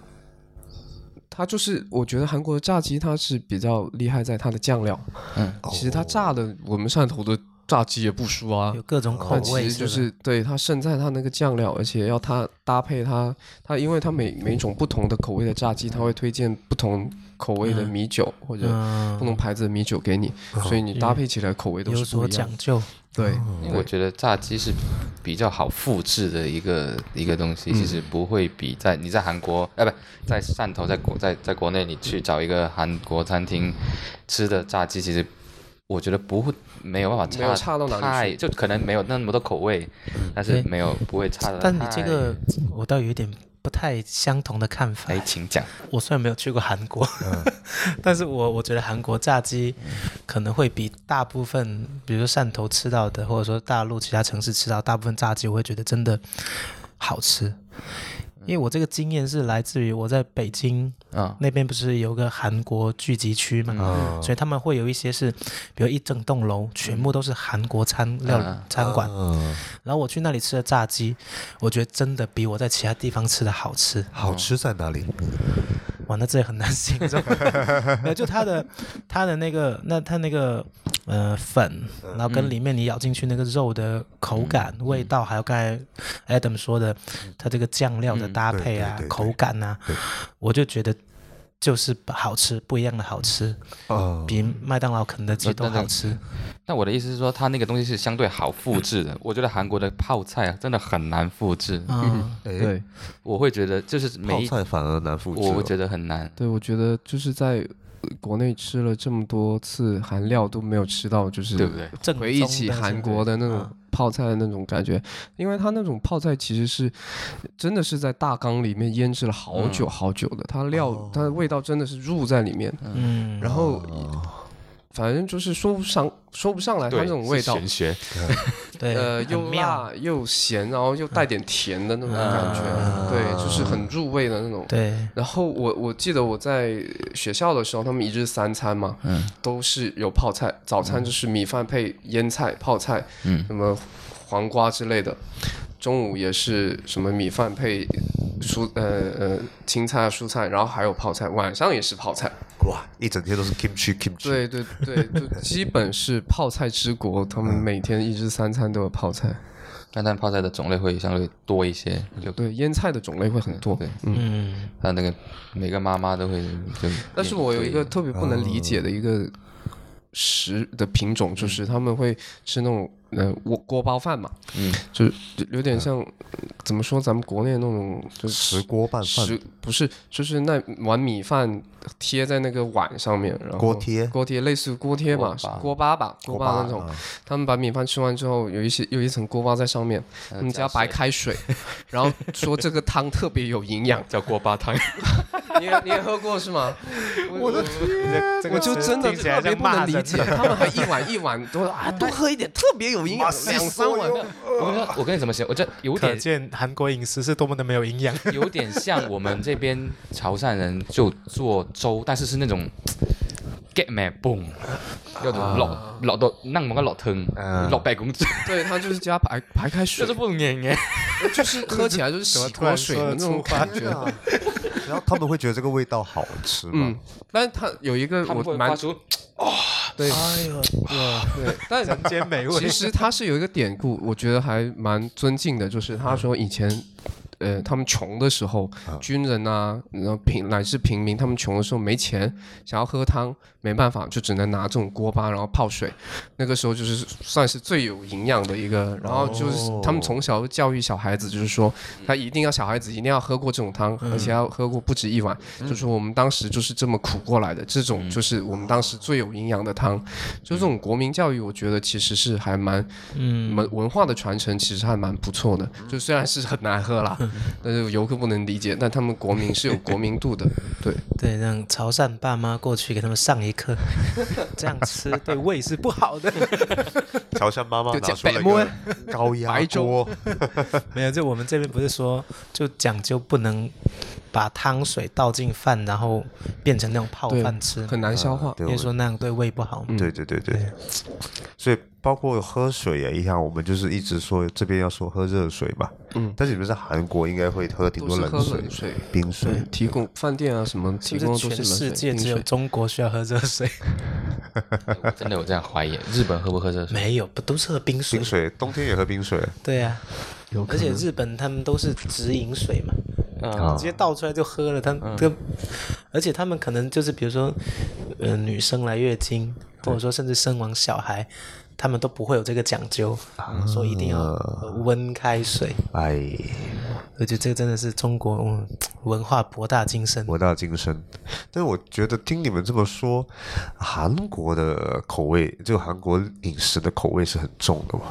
它就是我觉得韩国的炸鸡它是比较厉害在它的酱料，嗯，其实它炸的我们汕头的炸鸡也不输啊有，各种口但其味，实就是吧是对它胜在它那个酱料，而且要它搭配它它，因为它每每种不同的口味的炸鸡，它会推荐不同口味嗯的米酒或者不同牌子的米酒给你，哦所以你搭配起来口味都有是所不一样讲的。究。对，哦因为我觉得炸鸡是比较好复制的一个一个东嗯西，其实不会比在你在韩国，呃，不在汕头，在国在在国内，你去找一个韩国餐厅吃的炸鸡，其实我觉得不会没有办法差没有差到哪里去嗯太就可能没有那么多口味，但是没有不会差的。但你这个，我倒有一点不太相同的看法哎，。请讲，我虽然没有去过韩国，嗯 [LAUGHS] 但是我我觉得韩国炸鸡可能会比大部分，比如说汕头吃到的，或者说大陆其他城市吃到大部分炸鸡，我会觉得真的好吃。因为我这个经验是来自于我在北京嗯那边不是有个韩国聚集区嘛，所以他们会有一些是，比如一整栋楼全部都是韩国餐料理嗯餐馆，然后我去那里吃的炸鸡，我觉得真的比我在其他地方吃的好吃。好吃在哪里？哇，那这也很难 [LAUGHS] 形容。没有，就它的它的那个那它那个呃粉，嗯然后跟里面你咬进去那个肉的口感、味道，还有刚才 Adam 说的它这个酱料的搭配啊、嗯对对对对口感啊对，我就觉得。就是好吃，不一样的好吃，嗯哦，比麦当劳、肯德基都好吃。但我的意思是说，它那个东西是相对好复制的。我觉得韩国的泡菜啊真的很难复制，嗯，哎，对我会觉得就是每泡一，菜反而难复制哦。我觉得很难。对，我觉得就是在呃国内吃了这么多次韩料都没有吃到，就是对不对？正回忆宗起的啊嗯是韩国的那种泡菜的那种感觉，因为它那种泡菜其实是真的是在大缸里面腌制了好嗯久好久的，它料它的味道真的是入在里面，哦嗯，然后哦反正就是说不上说不上来它对，那种味是道，玄学，对，呃，很又妙，嗯辣又咸，然后又带点甜的那种感觉，对，就是很入味的那种。对，然后我我记得我在学校的时候，他们一日三餐嘛，嗯，都是有泡菜，早餐就是米饭配腌菜、泡菜，嗯，什么黄瓜之类的。中午也是什么米饭配蔬呃呃青菜、蔬菜，然后还有泡菜，晚上也是泡菜。哇，一整天都是 kimchi kimchi。对对对，就基本是泡菜之国，他们每天一日三餐都有泡菜。但但泡菜的种类会相对多一些，就对，腌菜的种类会很多。对，嗯，它那个每个妈妈都会就。哦但是我有一个特别不能理解的一个食的品种，就是他们会吃那种呃锅锅包饭嘛，嗯，就是有点像怎么说咱们国内那种就是石锅拌饭食不是就是那碗米饭贴在那个碗上面，然后锅贴锅贴类似锅贴嘛锅锅巴，巴吧，锅巴那种，啊他们把米饭吃完之后，有一些有一层锅巴在上面，他们加白开 [LAUGHS] 水，然后说这个汤特别有营养。叫锅巴汤， [LAUGHS] 你也你也喝过是吗？我的天！这个我 [LAUGHS] 就真的听起来特像别不能骂人理解，他们还一碗一碗都啊，多喝一点，特别有营养，两三碗。 [LAUGHS] [LAUGHS] 我跟你说，我跟你怎么形容？我这有可点见韩国饮食是多么的没有营 [LAUGHS] 养。 [LAUGHS] 有点像我们这边潮汕人就做粥，但是是那种 get me boom，要落落到那么个落汤，落白公子，对，他就是加白白开水这是，不硬哎。就是喝起来 [LAUGHS] 就是洗锅水的那种感对觉。啊然后他们会觉得这个味道好吃嗯吗？，但是他有一个他们我会蛮发出对哎呦，对，但兼美味 [LAUGHS] 其。实他是有一个典故，我觉得还蛮尊敬的，就是他说以前。呃，他们穷的时候，军人啊，然后平乃至平民，他们穷的时候没钱，想要喝汤，没办法，就只能拿这种锅巴，然后泡水。那个时候就是算是最有营养的一个，然后就是哦他们从小教育小孩子，就是说他一定要小孩子一定要喝过这种汤，而且要喝过不止一碗。就说我们当时就是这么苦过来的，这种就是我们当时最有营养的汤。就这种国民教育，我觉得其实是还蛮，嗯，文文化的传承其实还蛮不错的。就虽然是很难喝 [LAUGHS] 啦，但是游客不能理解，但他们国民是有国民度的，对， [LAUGHS] 对，让潮汕爸妈过去给他们上一 [LAUGHS] 课，这样吃对胃是不好的。乔杉妈妈就拿讲出了白一馍个高压白粥锅，没有，就我们这边不是说，就讲究不能把汤水倒进饭，然后变成那种泡对饭吃，很难消化。啊对因我为说那样对胃不好。嗯对对对哎对，所以包括喝水也一样，我们就是一直说这边要说喝热水嘛，嗯，但是你们在韩国应该会喝挺都多是喝冷水冷、水，冰水对，，提供饭店啊什么是提供不的都是全冷水世界冰只有水。中国需要喝热水？ [LAUGHS] 真的有这样怀疑，日本喝不喝热水？没有，不都是喝冰水？冰水冬天也喝冰水，对呀、啊，而且日本他们都是直饮水嘛，啊直接倒出来就喝了。他们跟，而且他们可能就是比如说，呃，女生来月经，或者说甚至生完小孩，他们都不会有这个讲究，说一定要喝温开水。哎，我觉得这个真的是中国嗯文化博大精深。博大精深。但是我觉得听你们这么说，韩国的口味，就韩国饮食的口味是很重的嘛，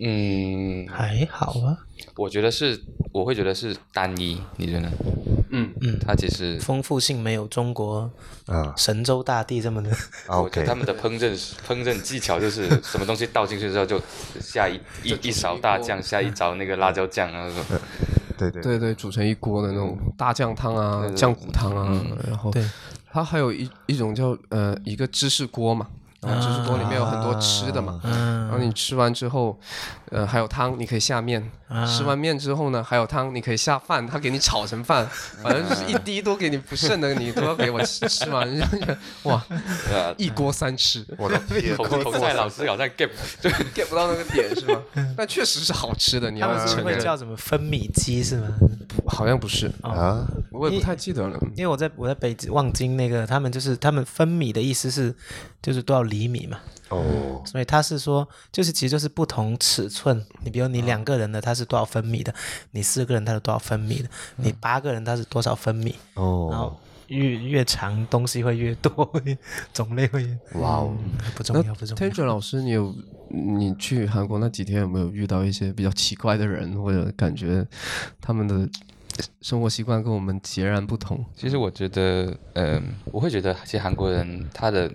嗯，还好啊，我觉得是，我会觉得是单一，你觉得呢？嗯嗯，它其实丰富性没有中国啊神州大地这么的。啊我，OK，觉得他们的烹饪烹饪技巧就是什么东西倒进去之后就下一一一勺大酱，下一勺那个辣椒酱啊，那种对对，对对，煮成一锅的那种大酱汤啊、酱骨汤啊，然后嗯对它还有一一种叫呃一个芝士锅嘛，啊然后芝士锅里面有很多吃的嘛，嗯然后你吃完之后，呃还有汤你可以下面，啊吃完面之后呢还有汤你可以下饭，他给你炒成饭， [LAUGHS] 反正就是一滴都给你不剩的，你都要给我吃吃完， [LAUGHS] 哇，呃，一锅三吃。我的天，口口菜老师好像 get 就 get 不到那个点是 [LAUGHS] 吗？但确实是好吃的，你他要们是承会认。叫什哦么分米鸡是吗？好像不是，啊，我也不太记得了。因为我在我在北京望京那个，他们就是他们分米的意思是就是多少厘米嘛，哦，所以他是说就是其实就是不同尺寸，你比如你两个人的他是多少分米的，你四个人他是多少分米的，你八个人他是多少分米，然哦后，越越长东西会越多， [LAUGHS] 种类会哇哦不重要不重 t a 要 n g e r 老师，你有你去韩国那几天有没有遇到一些比较奇怪的人，或者感觉他们的生活习惯跟我们截然不同？ [LAUGHS] 其实我觉得，嗯、我会觉得，其实韩国人他的呃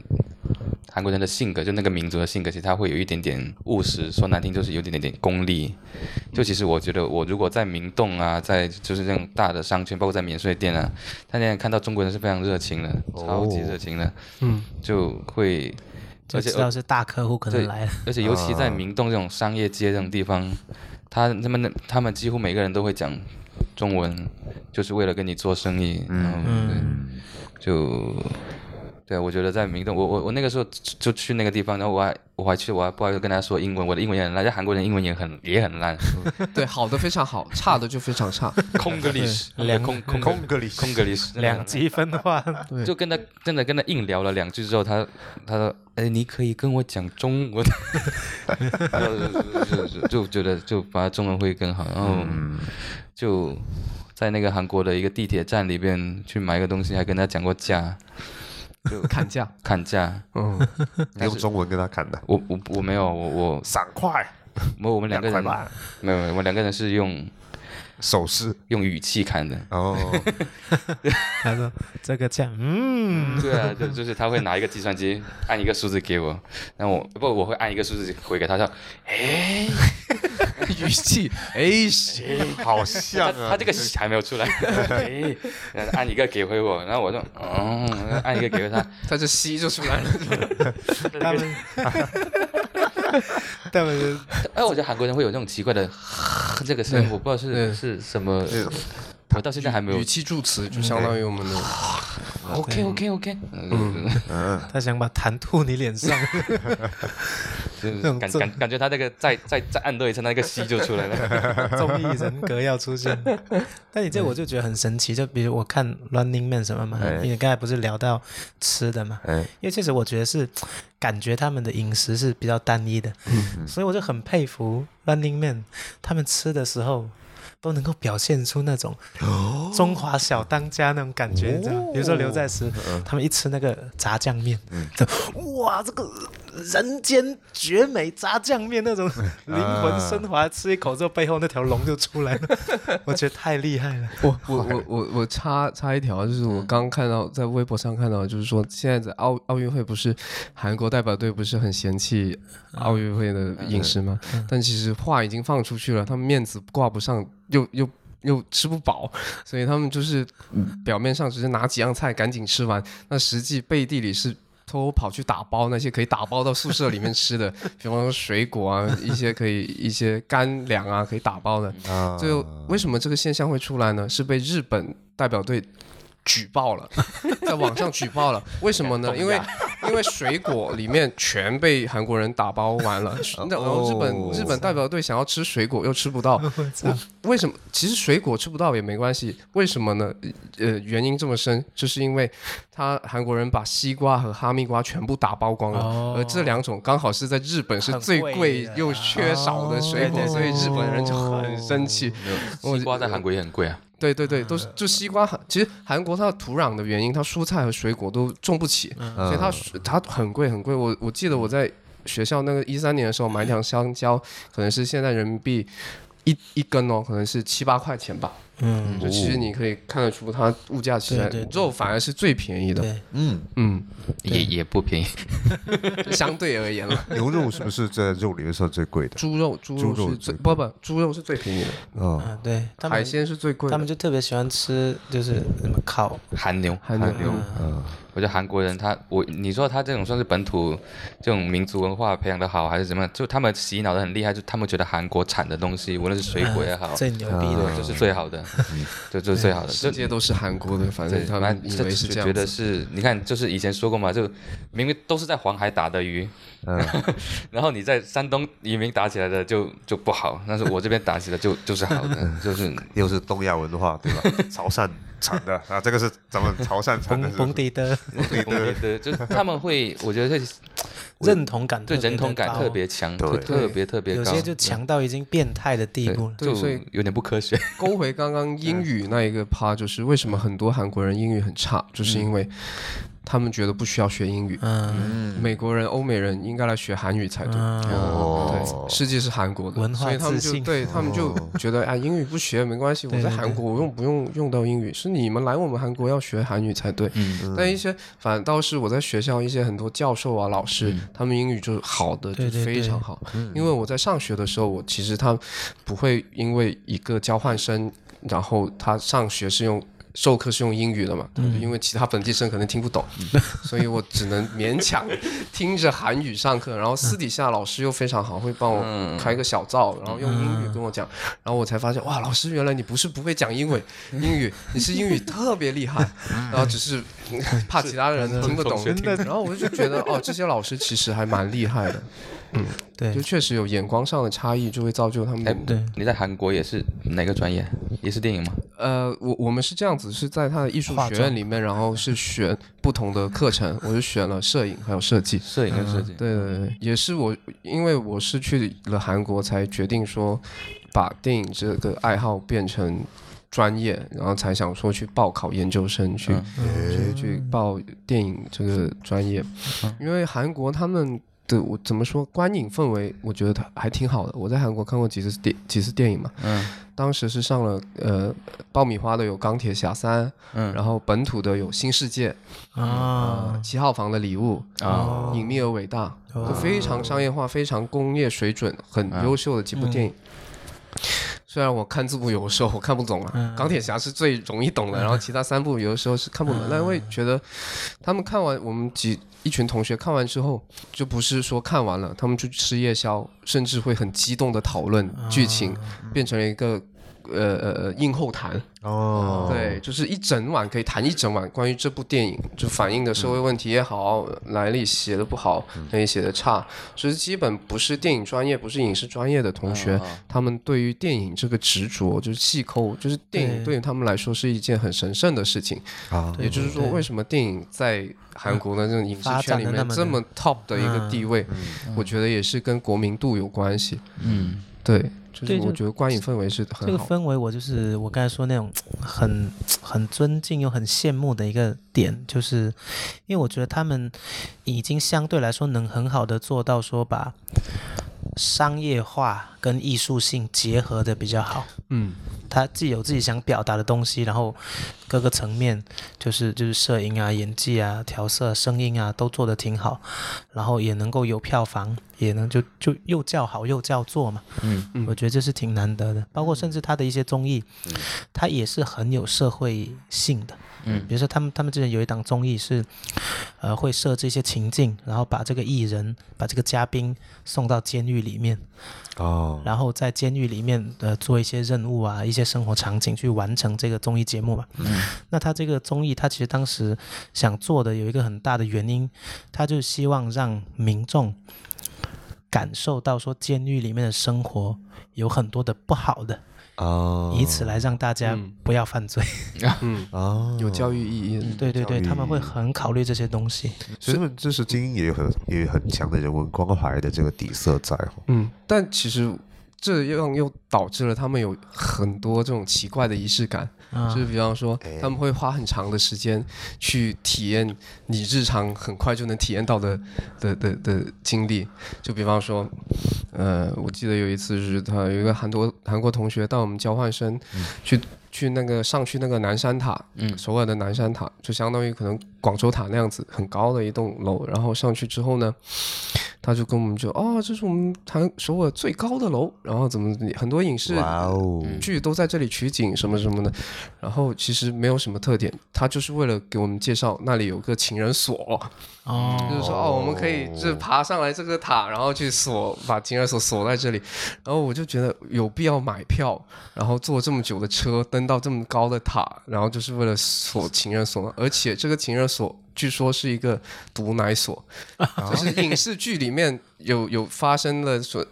韩国人的性格，就那个民族的性格，其实他会有一点点务实，说难听就是有一点点点功利。就其实我觉得，我如果在明洞啊，在就是这种大的商圈，包括在免税店啊，他现在看到中国人是非常热情的，超级热情的，嗯，就会。就而且知道是大客户可能对来了，而且尤其在明洞这种商业街这种地方，他他们的他们几乎每个人都会讲嗯中文，就是为了跟你做生意。嗯，对就对，我觉得在明洞，我我我那个时候就就去那个地方，然后我还我还去，我还不好意思跟他说英文，我的英文也很烂，在韩国人英文也很也很烂， [LAUGHS] 对，好的非常好，差的就非常差。 [LAUGHS] 空格历 [LAUGHS] 史，两空空空格里空格历史，两极分化，对就跟他真的跟他硬聊了两句之后，他他说：“哎，你可以跟我讲中文。” [LAUGHS] 就就就就觉得就把中文会更好，然后嗯就在那个韩国的一个地铁站里边去买个东西，还跟他讲过价，就砍 [LAUGHS] 价，砍价。嗯，你用中文跟他砍的，我我我没有我我三块， [LAUGHS] 我我们两个人两块吧没有没有，我们两个人是用手势。用语气砍的。哦，他说这个价，[LAUGHS] 嗯，对啊，就就是他会拿一个计算机按一个数字给我，然后我不我会按一个数字回给他，他说语 [LAUGHS] 气，哎是，好像啊啊他他这个喜还没有 [LAUGHS] 出来，哎，然后按一个给回我，然后我就嗯，按一个给回他，他这吸就出来了。他们他们就哎，我觉得韩国人会有那种奇怪的这个声音，我不知道是是什么，我到现在还没有哎语。气助词就相当于我们的 OK OK OK，嗯，他想把痰吐你脸上，嗯就是那种感这感感觉他那个再再再按多一次，那个吸就出来了。综艺人格要出现。但你这我就觉得很神奇，就比如我看《Running Man》什么嘛，因为刚才不是聊到吃的嘛，哎，因为确实我觉得是感觉他们的饮食是比较单一的，所以我就很佩服 Running Man 他们吃的时候。都能够表现出那种中华小当家那种感觉，你知道吗？比如说刘在石，他们一吃那个炸酱面，就哇，这个人间绝美炸酱面那种灵魂升华，吃一口之后背后那条龙就出来了，我觉得太厉害了。我 [LAUGHS] 我我我我插插一条，就是我刚看到在微博上看到，就是说现在在奥奥运会不是韩国代表队不是很嫌弃奥运会的饮食吗？但其实话已经放出去了，他们面子挂不上，又又。又吃不饱，所以他们就是表面上只是拿几样菜赶紧吃完，那实际背地里是偷偷跑去打包那些可以打包到宿舍里面吃的， [LAUGHS] 比方说水果啊，一些可以一些干粮啊可以打包的，啊最后为什么这个现象会出来呢？是被日本代表队举报了，在网上举报了。为什么 [LAUGHS] 呢？因为因为水果里面全被韩国人打包完了，哦那然后日本日本代表队想要吃水果又吃不到， [LAUGHS] 为什么？其实水果吃不到也没关系，为什么呢？呃，原因这么深，就是因为他韩国人把西瓜和哈密瓜全部打包光了，哦而这两种刚好是在日本是很最贵贵的啊又缺少的水果，哦所以日本人就很生气。 [LAUGHS] 我西瓜在韩国也很贵啊，对对嗯对，都是就西瓜很，其实韩国它的土壤的原因，它蔬菜和水果都种不起，嗯所以嗯它水它很贵很贵。我我记得我在学校那个一三年的时候买两香蕉，可能是现在人民币一一根哦，可能是七八块钱吧。嗯，就哦其实你可以看得出它物价其实对对对肉反而是最便宜的，对，嗯，嗯，也也不便宜。相对而言了。牛肉是不是在肉里面算最贵的？猪肉猪猪肉肉是最不不猪肉是最便宜的，哦，啊，对，他们海鲜是最贵他的们。就特别喜欢吃，就是什么烤，韩牛，韩牛嗯我觉得韩国人他我你说他这种算是本土这种民族文化培养的好还是怎么样？就他们洗脑的很厉害，就他们觉得韩国产的东西，无论是水果也好，啊最牛逼的，对，就是最好的， [LAUGHS] 就就是最好的。世就界都哦嗯是韩国的，反对，正他反们正以这为是就这觉样得子。是，你看，就是以前说过嘛，就明明都是在黄海打的鱼，嗯 [LAUGHS] 然后你在山东移民打起来的就就不好，但是我这边打起来就就是好的， [LAUGHS] 就是又是东亚文化，对吧？潮汕产的啊，这个是咱 [LAUGHS] 们潮汕产的蹦是吧蹦迪的对对对，就是他们会，我觉得这认同感，对人同感特别，强，特对特别特别有高，些就强到已经变态的地步了。对所以就有点不科学。 [LAUGHS] 勾回刚刚英语那一个趴，就是为什么很多韩国人英语很差，就是因为他们觉得不需要学英语。嗯，啊美国人、欧美人应该来学韩语才对。啊哦对，世界是韩国的，文化所以他们自就信哦对他们就觉得啊，英语不学没关系，我对在对韩国我用不用用到英语，是你们来我们韩国要学韩语才对。嗯但一些反倒是我在学校一些很多教授啊、老师，他们英语就好的就嗯对对嗯非常好。因为我在上学的时候，我其实他不会因为一个交换生，然后他上学是用授课是用英语的嘛，嗯因为其他本地生可能听不懂， [LAUGHS] 所以我只能勉强听着韩语上课。然后嗯私底下老师又非常好，会帮我开个小灶，然后用英嗯语跟我讲。然后我才发现，哇，老师原来你不是不会讲英文英语，你是英语特别厉害，然后只是嗯怕其他人听不懂同学。然后我就觉得，哦，这些老师其实还蛮厉害的，嗯对就确实有眼光上的差异，就会造就他们哎，对，你在韩国也是哪个专业？也是电影吗？呃，我我们是这样子，是在他的艺术化学妆院里面，然后是选不同的课程，我就选了摄影还有设计。摄影跟设计。嗯对对对，也是我，因为我是去了韩国才决定说，把电影这个爱好变成专业，然后才想说去报考研究生去、嗯去去报电影这个专业，嗯因为韩国他们。的我怎么说？观影氛围，我觉得它还挺好的。我在韩国看过几次电几次电影嘛，嗯当时是上了呃爆米花的有《钢铁侠三》，嗯然后本土的有《新世界》啊哦呃，七号房的礼物啊隐秘而伟大，哦啊就非常商业化、非常工业水准、很优秀的几部电影。虽然我看字幕有的时候我看不懂嗯啊，钢铁侠是最容易懂的，然后其他三部有的时候是看不嗯懂，但因为觉得他们看完我们几一群同学看完之后，就不是说看完了，他们去吃夜宵，甚至会很激动的讨论剧啊情，变成了一个呃呃呃映后谈。哦，对，就是一整晚可以谈一整晚关于这部电影，就反映的社嗯会问题也好，来历写的不好，那也写的差，所以基本不是电影专业，不是影视专业的同学，啊他们对于电影这个执着，就是细抠，就是电影对对于他们来说是一件很神圣的事情。啊，对也就是说，对为什么电影在韩国的这种影视发圈展里得那面么嗯这么 top 的一个地位，我觉得也是跟国民度有关系。嗯，对，就是对就我觉得观影氛围是这很个好。氛围，我就是我刚才说那种很很尊敬又很羡慕的一个点，就是因为我觉得他们已经相对来说能很好的做到说把商业化跟艺术性结合的比较好。嗯，他既有自己想表达的东西，然后各个层面就是就是摄影啊、演技啊、调色、声音啊都做得挺好，然后也能够有票房，也能就就又叫好又叫座嘛。嗯嗯我觉得这是挺难得的。包括甚至他的一些综艺，他也是很有社会性的。嗯比如说他们他们之前有一档综艺是，呃，会设置一些情境，然后把这个艺人把这个嘉宾送到监狱里面。哦，然后在监狱里面呃做一些任务啊，一些生活场景去完成这个综艺节目嘛。嗯、那他这个综艺，他其实当时想做的有一个很大的原因，他就希望让民众感受到说监狱里面的生活有很多的不好的，哦，以此来让大家嗯不要犯罪。 [LAUGHS] 嗯，哦，有教育意义的。对对对，教育他们会很考虑这些东西。所以他们这是精英也有很也有很强的人文关怀的这个底色在哦。嗯，但其实这样又导致了他们有很多这种奇怪的仪式感，啊就是比方说哎他们会花很长的时间去体验你日常很快就能体验到的的的的经历，就比方说。呃，我记得有一次是他有一个韩国韩国同学带我们交换生去、去那个上去那个南山塔，嗯首尔的南山塔，就相当于可能广州塔那样子很高的一栋楼。然后上去之后呢，他就跟我们就哦，这是我们韩首尔最高的楼，然后怎么很多影视哇哦，剧都在这里取景什么什么的，然后其实没有什么特点，他就是为了给我们介绍那里有个情人锁，就哦，是说哦，我们可以就是爬上来这个塔，然后去锁把情人锁锁在这里，然后我就觉得有必要买票，然后坐这么久的车登到这么高的塔，然后就是为了锁情人锁，而且这个情人锁据说是一个毒奶锁，就是影视剧里面有有发生了所。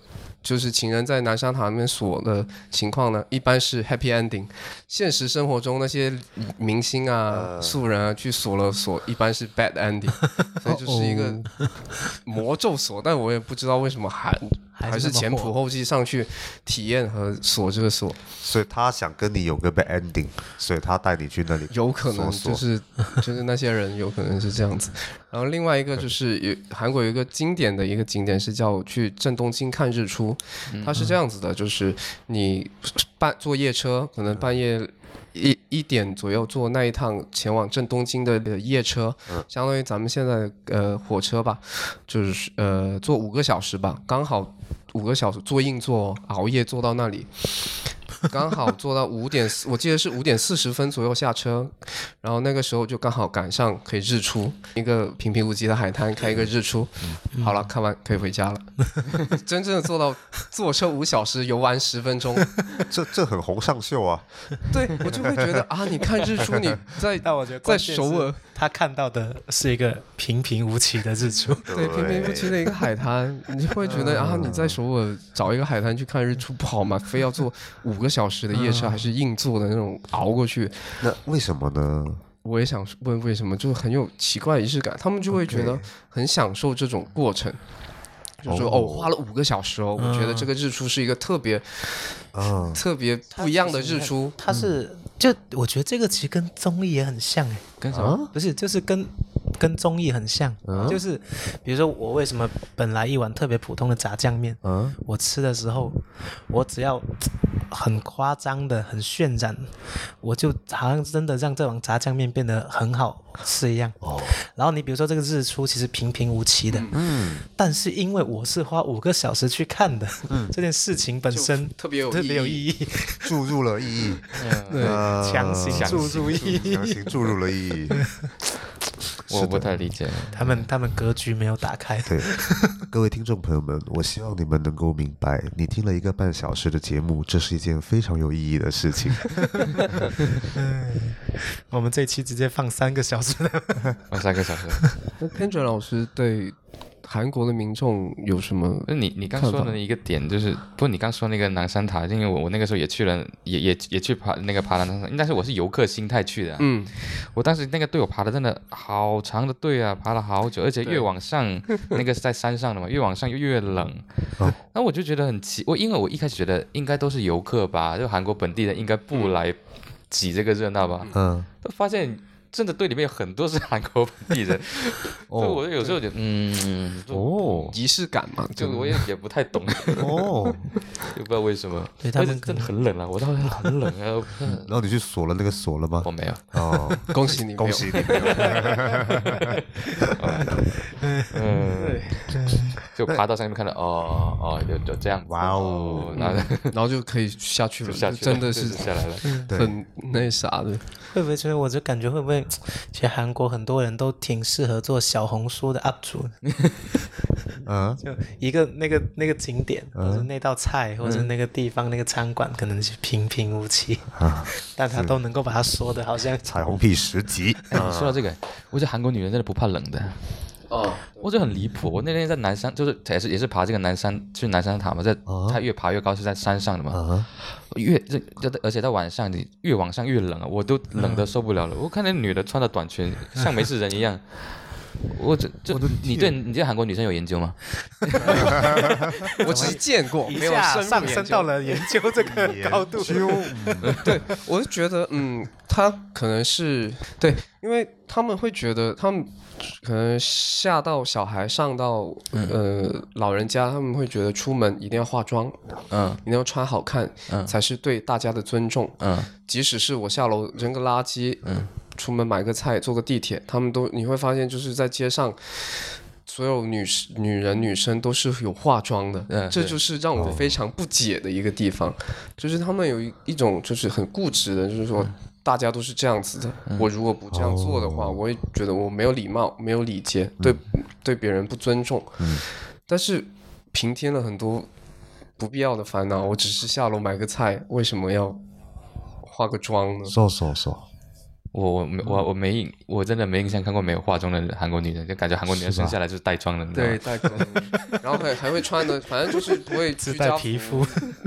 就是情人在南山塔那边锁的情况呢，一般是 happy ending。现实生活中那些明星啊、素人啊去锁了锁，一般是 bad ending，所以就是一哦个 [LAUGHS] 魔咒锁。但我也不知道为什么还还还是是那前么火仆后继上去体验和锁这个锁，所以他想跟你有个 bad ending，所以他带你去那 [LAUGHS] 里有可能搜索就是就是那些人有可能是这样子。然后另外一个就是有韩国有一个经典的一个景点是叫去正东京看日出，它是这样子的，就是你半坐夜车，可能半夜。一一点左右坐那一趟前往正东京的呃夜车，相当于咱们现在的呃火车吧，就是呃坐五个小时吧，刚好五个小时坐硬座、哦，熬夜坐到那里，刚好坐到五点，我记得是五点四十分左右下车，然后那个时候就刚好赶上可以日出，一个平平无奇的海滩看一个日出，嗯好了，看完可以回家了。 [LAUGHS] 真正的做到坐车五小时，游玩十分钟，这这很红上秀啊！对我就会觉得啊，你看日出，你 [LAUGHS] 在但我觉得在关键是首尔，他看到的是一个平平无奇的 [LAUGHS] 日出，对平平无奇的一个海滩，你会觉得啊，你在首尔找一个海滩去看日出不好吗？非要坐五个小时的夜嗯车，还是硬坐的那种熬过去？那为什么呢？我也想问为什么，就是很有奇怪仪式感，他们就会觉得很享受这种过程。就说哦，花了五个小时哦，我觉得这个日出是一个特别啊，特别不一样的日出。他是就我觉得这个其实跟综艺也很像哎、跟什么？不是，就是跟跟综艺很像，就是比如说我为什么本来一碗特别普通的炸酱面，嗯我吃的时候，我只要很夸张的、很渲染，我就好像真的让这碗炸酱面变得很好吃一样。哦。然后你比如说这个日出其实平平无奇的，嗯，但是因为我是花五个小时去看的，嗯， [LAUGHS] 这件事情本身特别有特别有意义意义，注入了意义，对，呃强嗯行强注入意义。强行注入了意义。我不太理解。他们他们格局没有打开，对，各位听众朋友们，我希望你们能够明白，你听了一个半小时的节目，这是一件非常有意义的事情。我们这一期直接放三个小时的，二三个小时。那 Kendra 老师对韩国的民众有什么？那你你刚说的一个点就是，不过你刚说那个南山塔，因为我我那个时候也去了，也也也去爬那个爬南山塔，但是我是游客心态去的啊、嗯，我当时那个队我爬的真的好长的队啊，爬了好久，而且越往上那个是在山上的嘛，越往上就越冷。哦那我就觉得很奇，我因为我一开始觉得应该都是游客吧，就韩国本地人应该不来挤这个热闹吧， [LAUGHS] 嗯，但发现。真的队里面有很多是韩国本地人，所以哦我有时候觉得，嗯，哦仪式感嘛，就就我也也不太懂，哦， [LAUGHS] 就不知道为什么。对他但们是可真的能很冷啊，我当时很冷啊， [LAUGHS] 然后你去锁了那个锁了吗我？没有。哦，恭喜你，恭喜你没有。嗯，就爬到上面看到，哦哦，就就这样。哇哦然后没有，然后就可以下去了， [LAUGHS] 就下就去了，真的嗯就是哎下来了。对，很那啥的。会不会？其实我就感觉会不会，其实韩国很多人都挺适合做小红书的 UP [LAUGHS] 主，嗯， [LAUGHS] 就一个那个那个景点，或者那道菜，或者那个地方那个餐馆，可能是平平无奇， [LAUGHS] 但他都能够把它说的好像彩虹屁十 [LAUGHS] 级，哎，你说到这个，我觉得韩国女人真的不怕冷的，哦，我觉得很离谱。我那天在南山，就是也是也是爬这个南山，去南山塔嘛，在啊它越爬越高是在山上的嘛，越这这而且到晚上你越往上越冷啊，我都冷的受不了了。嗯我看那女的穿的短裙，像没事人一样。我这这，你对你对韩国女生有研究吗？我只是见过，一没有下深入上研升究到了研究这个高度。究嗯我是觉 [LAUGHS] 得，嗯，他可能是对，因为他们会觉得，他们可能吓到小孩，上到嗯呃老人家，他们会觉得出门一定要化妆，嗯一定要穿好看，嗯才是对大家的尊重。嗯即使是我下楼扔个垃圾，嗯，出门买个菜，坐个地铁，他们都你会发现，就是在街上。所有女士女人、女生都是有化妆的，嗯这对就是让我非常不解的一个地方，就是他们有一一种就是很固执的，就是嗯说大家都是这样子的，我如果不这样做的话，哦我会觉得我没有礼貌、没有礼节，嗯对对别人不尊重，但是平添了很多不必要的烦恼。我只是下楼买个菜，为什么要化个妆呢？说说说，我我没我我没印，我真的没印象看过没有化妆的韩国女人，就感觉韩国女人生下来就是带妆的，你知道吗对，，嗯带妆，然后还还会穿的，反正就是不会自居带家皮服，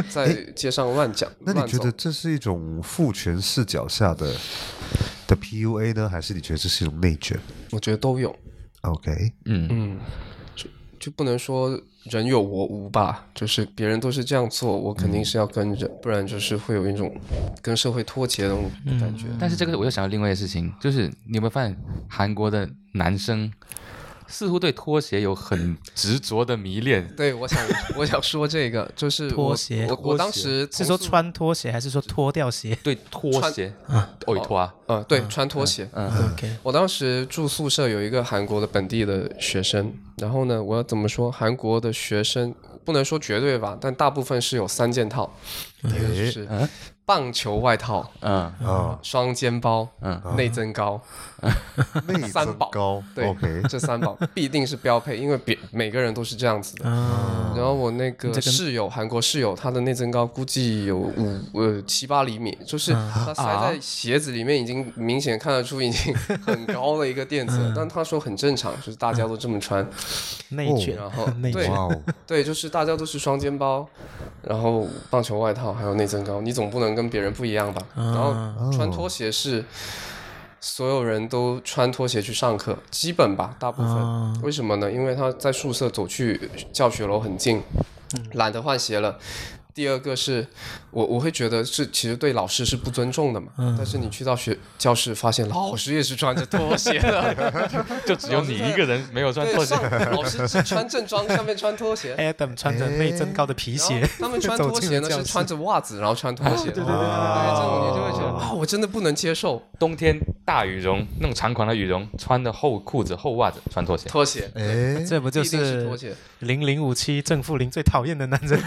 在街上乱讲。那你乱觉走得这是一种父权视角下的的 PUA 呢，还是你觉得这是一种内卷我觉得都有， ？OK，嗯，嗯，就就不能说人有我无吧，就是别人都是这样做，我肯嗯定是要跟着，不然就是会有一种跟社会脱节的那嗯种感觉。但是这个我又想到另外一个事情，就是你有没有发现韩国的男生似乎对拖鞋有很执着的迷恋？对，我想我想说这个，就是我拖鞋我我当时是同说宿穿拖鞋还是说脱掉鞋对拖鞋，偶拖啊，呃，对，嗯穿拖鞋。 ？OK，我当时住宿舍有一个韩国的本地的学生，然后呢，我要怎么说？韩国的学生，不能说绝对吧，但大部分是有三件套，一个就是棒球外套、嗯啊，双肩包、嗯内增高，内 [LAUGHS] 三增宝高对，OK，这三宝必定是标配，因为别每个人都是这样子的。然后我那个室友，韩国室友，他的内增高估计有五呃七八厘米，就是他塞在鞋子里面，已经明显看得出已经很高的一个垫子了。但他说很正常，就是大家都这么穿。内卷，然后 [LAUGHS] 内对卷哇，哦，对，就是大家都是双肩包，然后棒球外套，还有内增高，你总不能跟别人不一样啊吧？然哦后穿拖鞋是所有人都穿拖鞋去上课，基本吧，大部分。哦为什么呢？因为他在宿舍走去教学楼很近，嗯懒得换鞋了。第二个是我我会觉得是其实对老师是不尊重的嘛，嗯但是你去到学教室发现老师也是穿着拖鞋的，就只有你一个人没有 [LAUGHS] 穿拖对，鞋上，老师只穿正装，下面穿拖 [LAUGHS] 鞋， Adam 穿着内增高的皮鞋然后，他们 [LAUGHS] 穿走拖进鞋了呢教是室穿着袜子，然后穿拖鞋。啊对对对对这种你就会觉得啊，我真的不能接受冬天大羽绒那种长款的羽绒，穿的厚裤子、厚袜子，穿拖鞋。拖鞋。哎，这不就一定是拖鞋，零零五七正负零最讨厌的男人？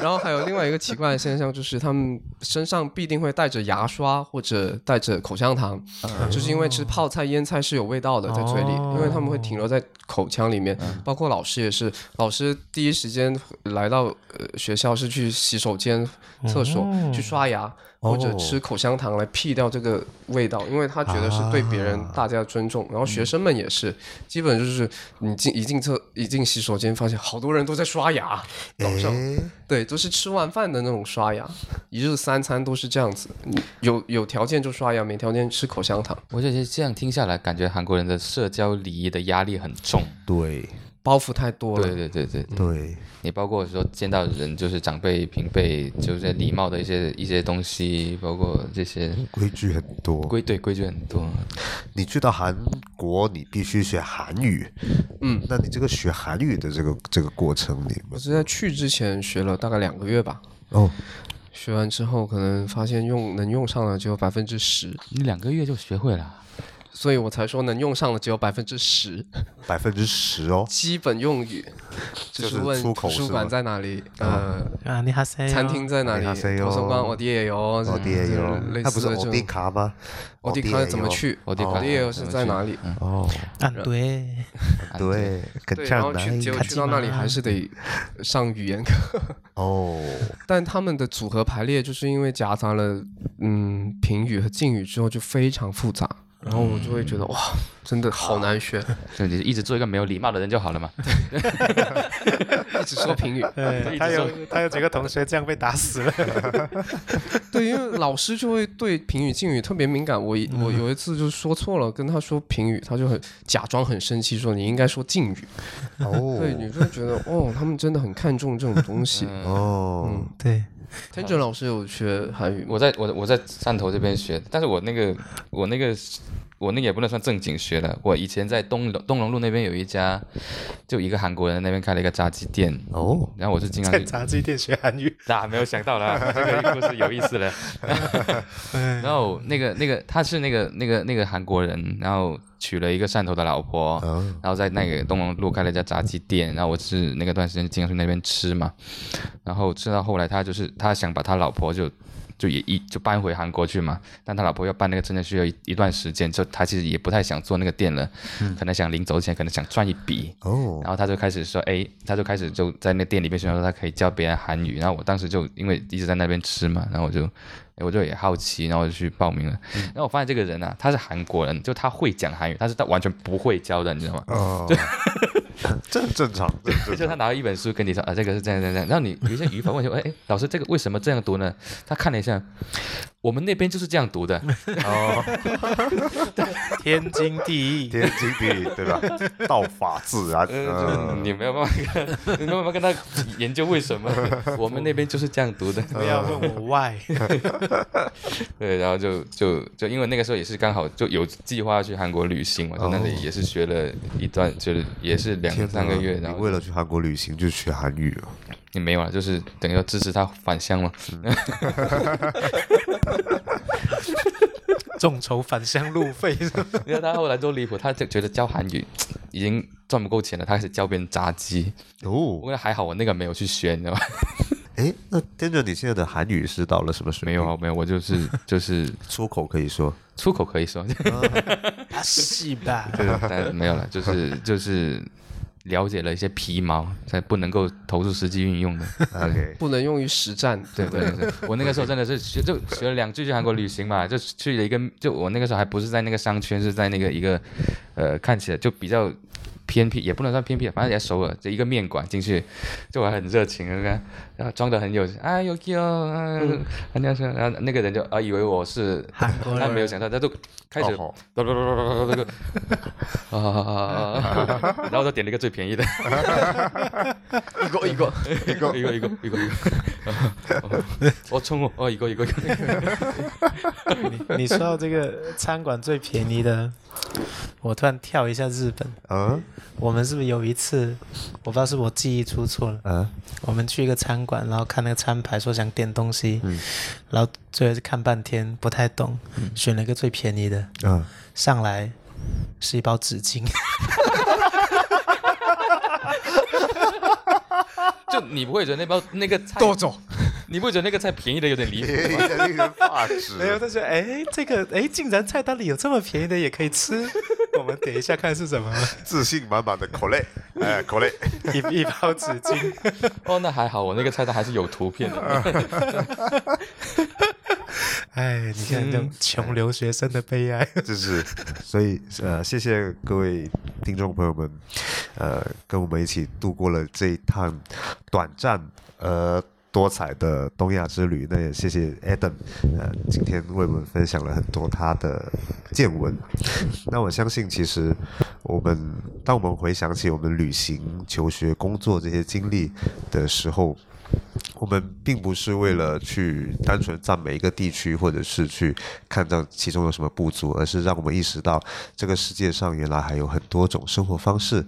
然后还有另外一个奇怪的现象，就是他们身上必定会带着牙刷或者带着口香糖，就是因为吃泡菜、腌菜是有味道的，在嘴里，因为他们会停留在口腔里面。包括老师也是，老师第一时间来到呃学校是去洗手间、厕所去刷牙，或者吃口香糖来辟掉这个味道，因为他觉得是对别人大家的尊重。然后学生们也是，基本就是你进一进厕一进洗手间，发现好多人都在刷牙，早上。哎，对，都是吃完饭的那种刷牙，一日三餐都是这样子，嗯你有有条件就刷牙，没条件吃口香糖，我觉得这样听下来，感觉韩国人的社交礼仪的压力很重。对包袱太多了。对对对对，对，你包括说见到人就是长辈、平辈，就是礼貌的一些一些东西，包括这些规矩很多。嗯规对规矩很多。你去到韩国，你必须学韩语。嗯，那你这个学韩语的这个这个过程，你我们是在去之前学了大概两个月吧，哦，学完之后可能发现用能用上的只有百分之十，你两个月就学会了，所以我才说能用上的只有百分之十，百分之十哦，基本用语就是是问出口图是书吗馆在哪里，呃， [LAUGHS] 啊，你哈塞哎哟餐厅在哪里， 안녕하세요 图书馆我的也有，奥迪也有，类哦那不似是的奥这迪种。卡吗？我的也卡怎么有？去？我的卡也有是在哪里？哦，啊，对，对，跟对，然上后去南结果看去鸡到那里嘛还是得上语言课， [LAUGHS] 哦，但他们的组合排列就是因为夹杂了嗯平语和敬语之后就非常复杂，然后我就会觉得哇，真的好难学， [LAUGHS] 就你一直做一个没有礼貌的人就好了嘛。 [LAUGHS] 一直说平语，对他有他有几个同学这样被打死了，对，因为老师就会对平语、敬语特别敏感。我一我有一次就说错了，跟他说平语，他就很假装很生气，说你应该说敬语。对，哦，你就会觉得哦，他们真的很看重这种东西。哦，对，天哲老师有学韩语吗？我在我我在汕头这边学，但是我那个我那个我那个也不能算正经学了。我以前在东龙东龙路那边有一家，就一个韩国人在那边开了一个炸鸡店，哦，然后我就经常在去。炸鸡店学韩语，那没有想到啦，这个故事有意思了。然后那个那个他是那个那个那个韩国人，然后娶了一个汕头的老婆，啊，然后在那个东龙路开了一家炸鸡店，然后我是那个段时间经常去那边吃嘛，然后吃到后来他就是他想把他老婆就就也一就搬回韩国去嘛，但他老婆要搬那个证件需要一一段时间，就他其实也不太想做那个店了，可能想临走前可能想赚一笔，哦，然后他就开始说，哎，他就开始就在那店里面宣传说他可以教别人韩语，然后我当时就因为一直在那边吃嘛，然后我就，哎我就也好奇，然后我就去报名了，然后我发现这个人啊，他是韩国人，就他会讲韩语，但是他完全不会教的，你知道吗？哦，这很正常，这很就正 [LAUGHS] 他常。拿了一本书跟你说啊，这个是这样这样这样，然后你有一些语法问题，哎哎，老师这个为什么这样读呢？他看了一下，我们那边就是这样读的，天经地义，天经地义，对吧？道法自然，呃，嗯，你没有办法跟，你没有办法跟他研究为什么，我们那边就是这样读的。不要问我 why，对，然后就就就因为那个时候也是刚好就有计划要去韩国旅行嘛，在那里也是学了一段，就是也是两哦天三个哪月，你然后为了去韩国旅行就学韩语了，也没有了，就是等于说支持他返乡嘛。 [LAUGHS] 众筹返乡路费，因为他后来多离谱，他就觉得教韩语已经赚不够钱了，他开始教别人炸鸡。不哦，过还好我那个没有去学，你知道吗？ [LAUGHS] 哎，那跟着你现在的韩语是到了什么水平？没有啊，没有，我就是就是出口可以 [LAUGHS] 说，出口可以说， [LAUGHS] 啊是吧？啊但没有了，就是就是了解了一些皮毛，才不能够投入实际运用的。 OK，不能用于实战。对 [LAUGHS] 对对，我那个时候真的是学 [LAUGHS] 就学了两句去韩国旅行嘛，就去了一个，就我那个时候还不是在那个商圈，是在那个一个，呃，看起来就比较偏僻，也不能算偏僻，反正也在首尔，就一个面馆进去，就我还很热情，那个，然后装的很有啊有 Q，嗯，然后然后那个人就啊以为我是韩国人他没有想到，他就开始，哦嘟嘟嘟嘟嘟嘟嘟，啊啊啊，然后他点了一个最便宜的，一个一个，一个一个一个一个一个，我冲我哦一个一个。你说到这个餐馆最便宜的，我突然跳一下日本。嗯我们是不是有一次，我不知道是我记忆出错了，嗯，我们去一个餐馆，然后看那个餐牌说想点东西，嗯然后最后是看半天不太懂，选了一个最便宜的， [LAUGHS] 嗯，上来是一包纸巾，就你不会觉得那包那个菜多种，你不会觉得那个菜便宜的有点离谱吗？令人发没指。有，他说哎这个哎竟然菜单里有这么便宜的也可以 [LAUGHS] 吃，我们点一下看是什么， [LAUGHS] 自信满满的口泪，哎，口泪，一一包纸巾。哦，那还好，我那个菜单还是有图片的。哎，你看这种穷留学生的悲哀。就是，所以呃，谢谢各位听众朋友们，呃，跟我们一起度过了这一趟短暂呃多彩的东亚之旅。那也谢谢 Adam，呃，今天为我们分享了很多他的见闻。那我相信，其实我们当我们回想起我们旅行、求学、工作这些经历的时候，我们并不是为了去单纯赞美一个地区，或者是去看到其中有什么不足，而是让我们意识到这个世界上原来还有很多种生活方式，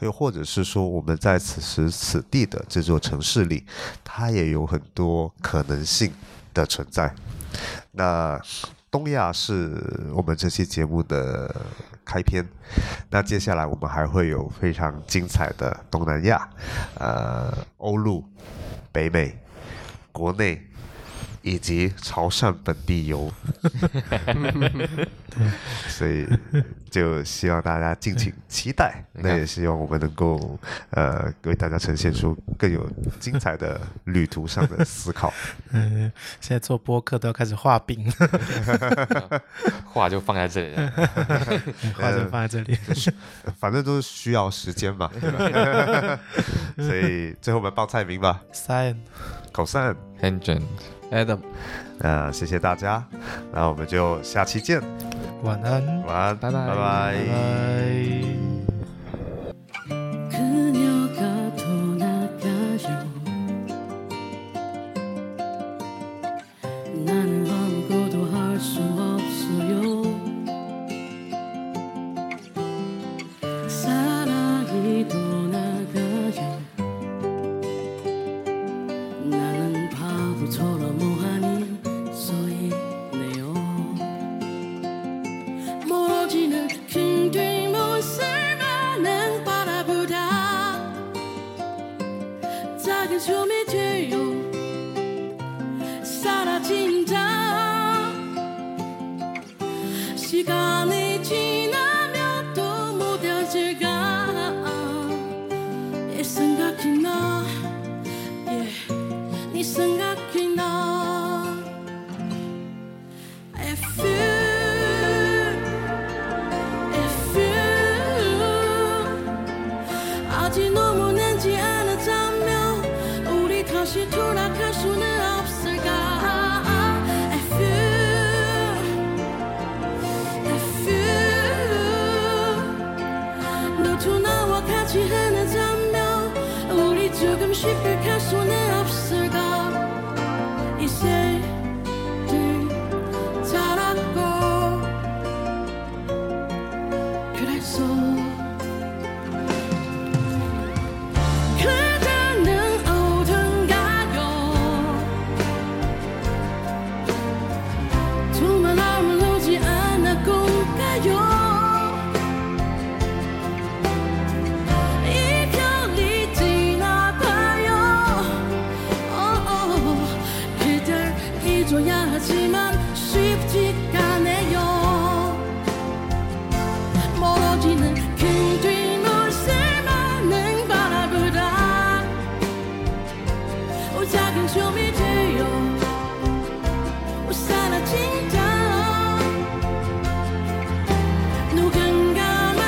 又或者是说我们在此时此地的这座城市里，它也有很多可能性的存在。那东亚是我们这期节目的开篇，那接下来我们还会有非常精彩的东南亚、呃欧陆、北美、国内以及潮汕本地游，所以就希望大家敬请期待。那也希望我们能够呃为大家呈现出更有精彩的旅途上的思考。嗯， [LAUGHS] 现在做播客都要开始画饼，话就放在这里了。画着放在这里。反正都是需要时间嘛，对吧？所以最后我们报菜名吧， Sign，口散。 Henry， Adam，那谢谢大家，那我们就下期见，晚安。晚安，拜拜拜拜 그녀가 떠나가요 나는 아무것도 할 수 없어요 사랑이 떠나가요 나는 바보처럼 멍하니 서 있네요 멀어지는 큰 뒷모습만 난 바라보다 작은 숨이 뒤로 사라진다 시간이 지나면 또 무뎌질까 예, 예, 네 예,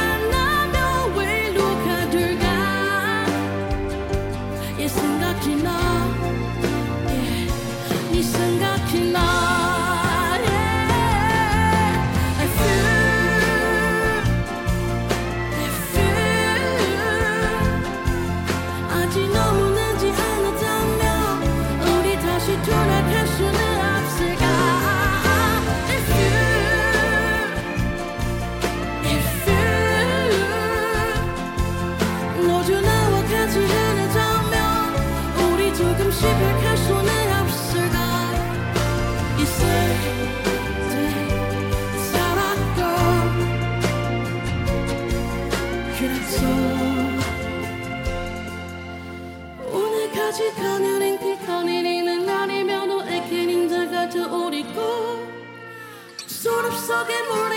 그랬어 오늘까지 가늘은 피한 일이는 날이며 너에게 인자가 저오리고 수업 속에 물에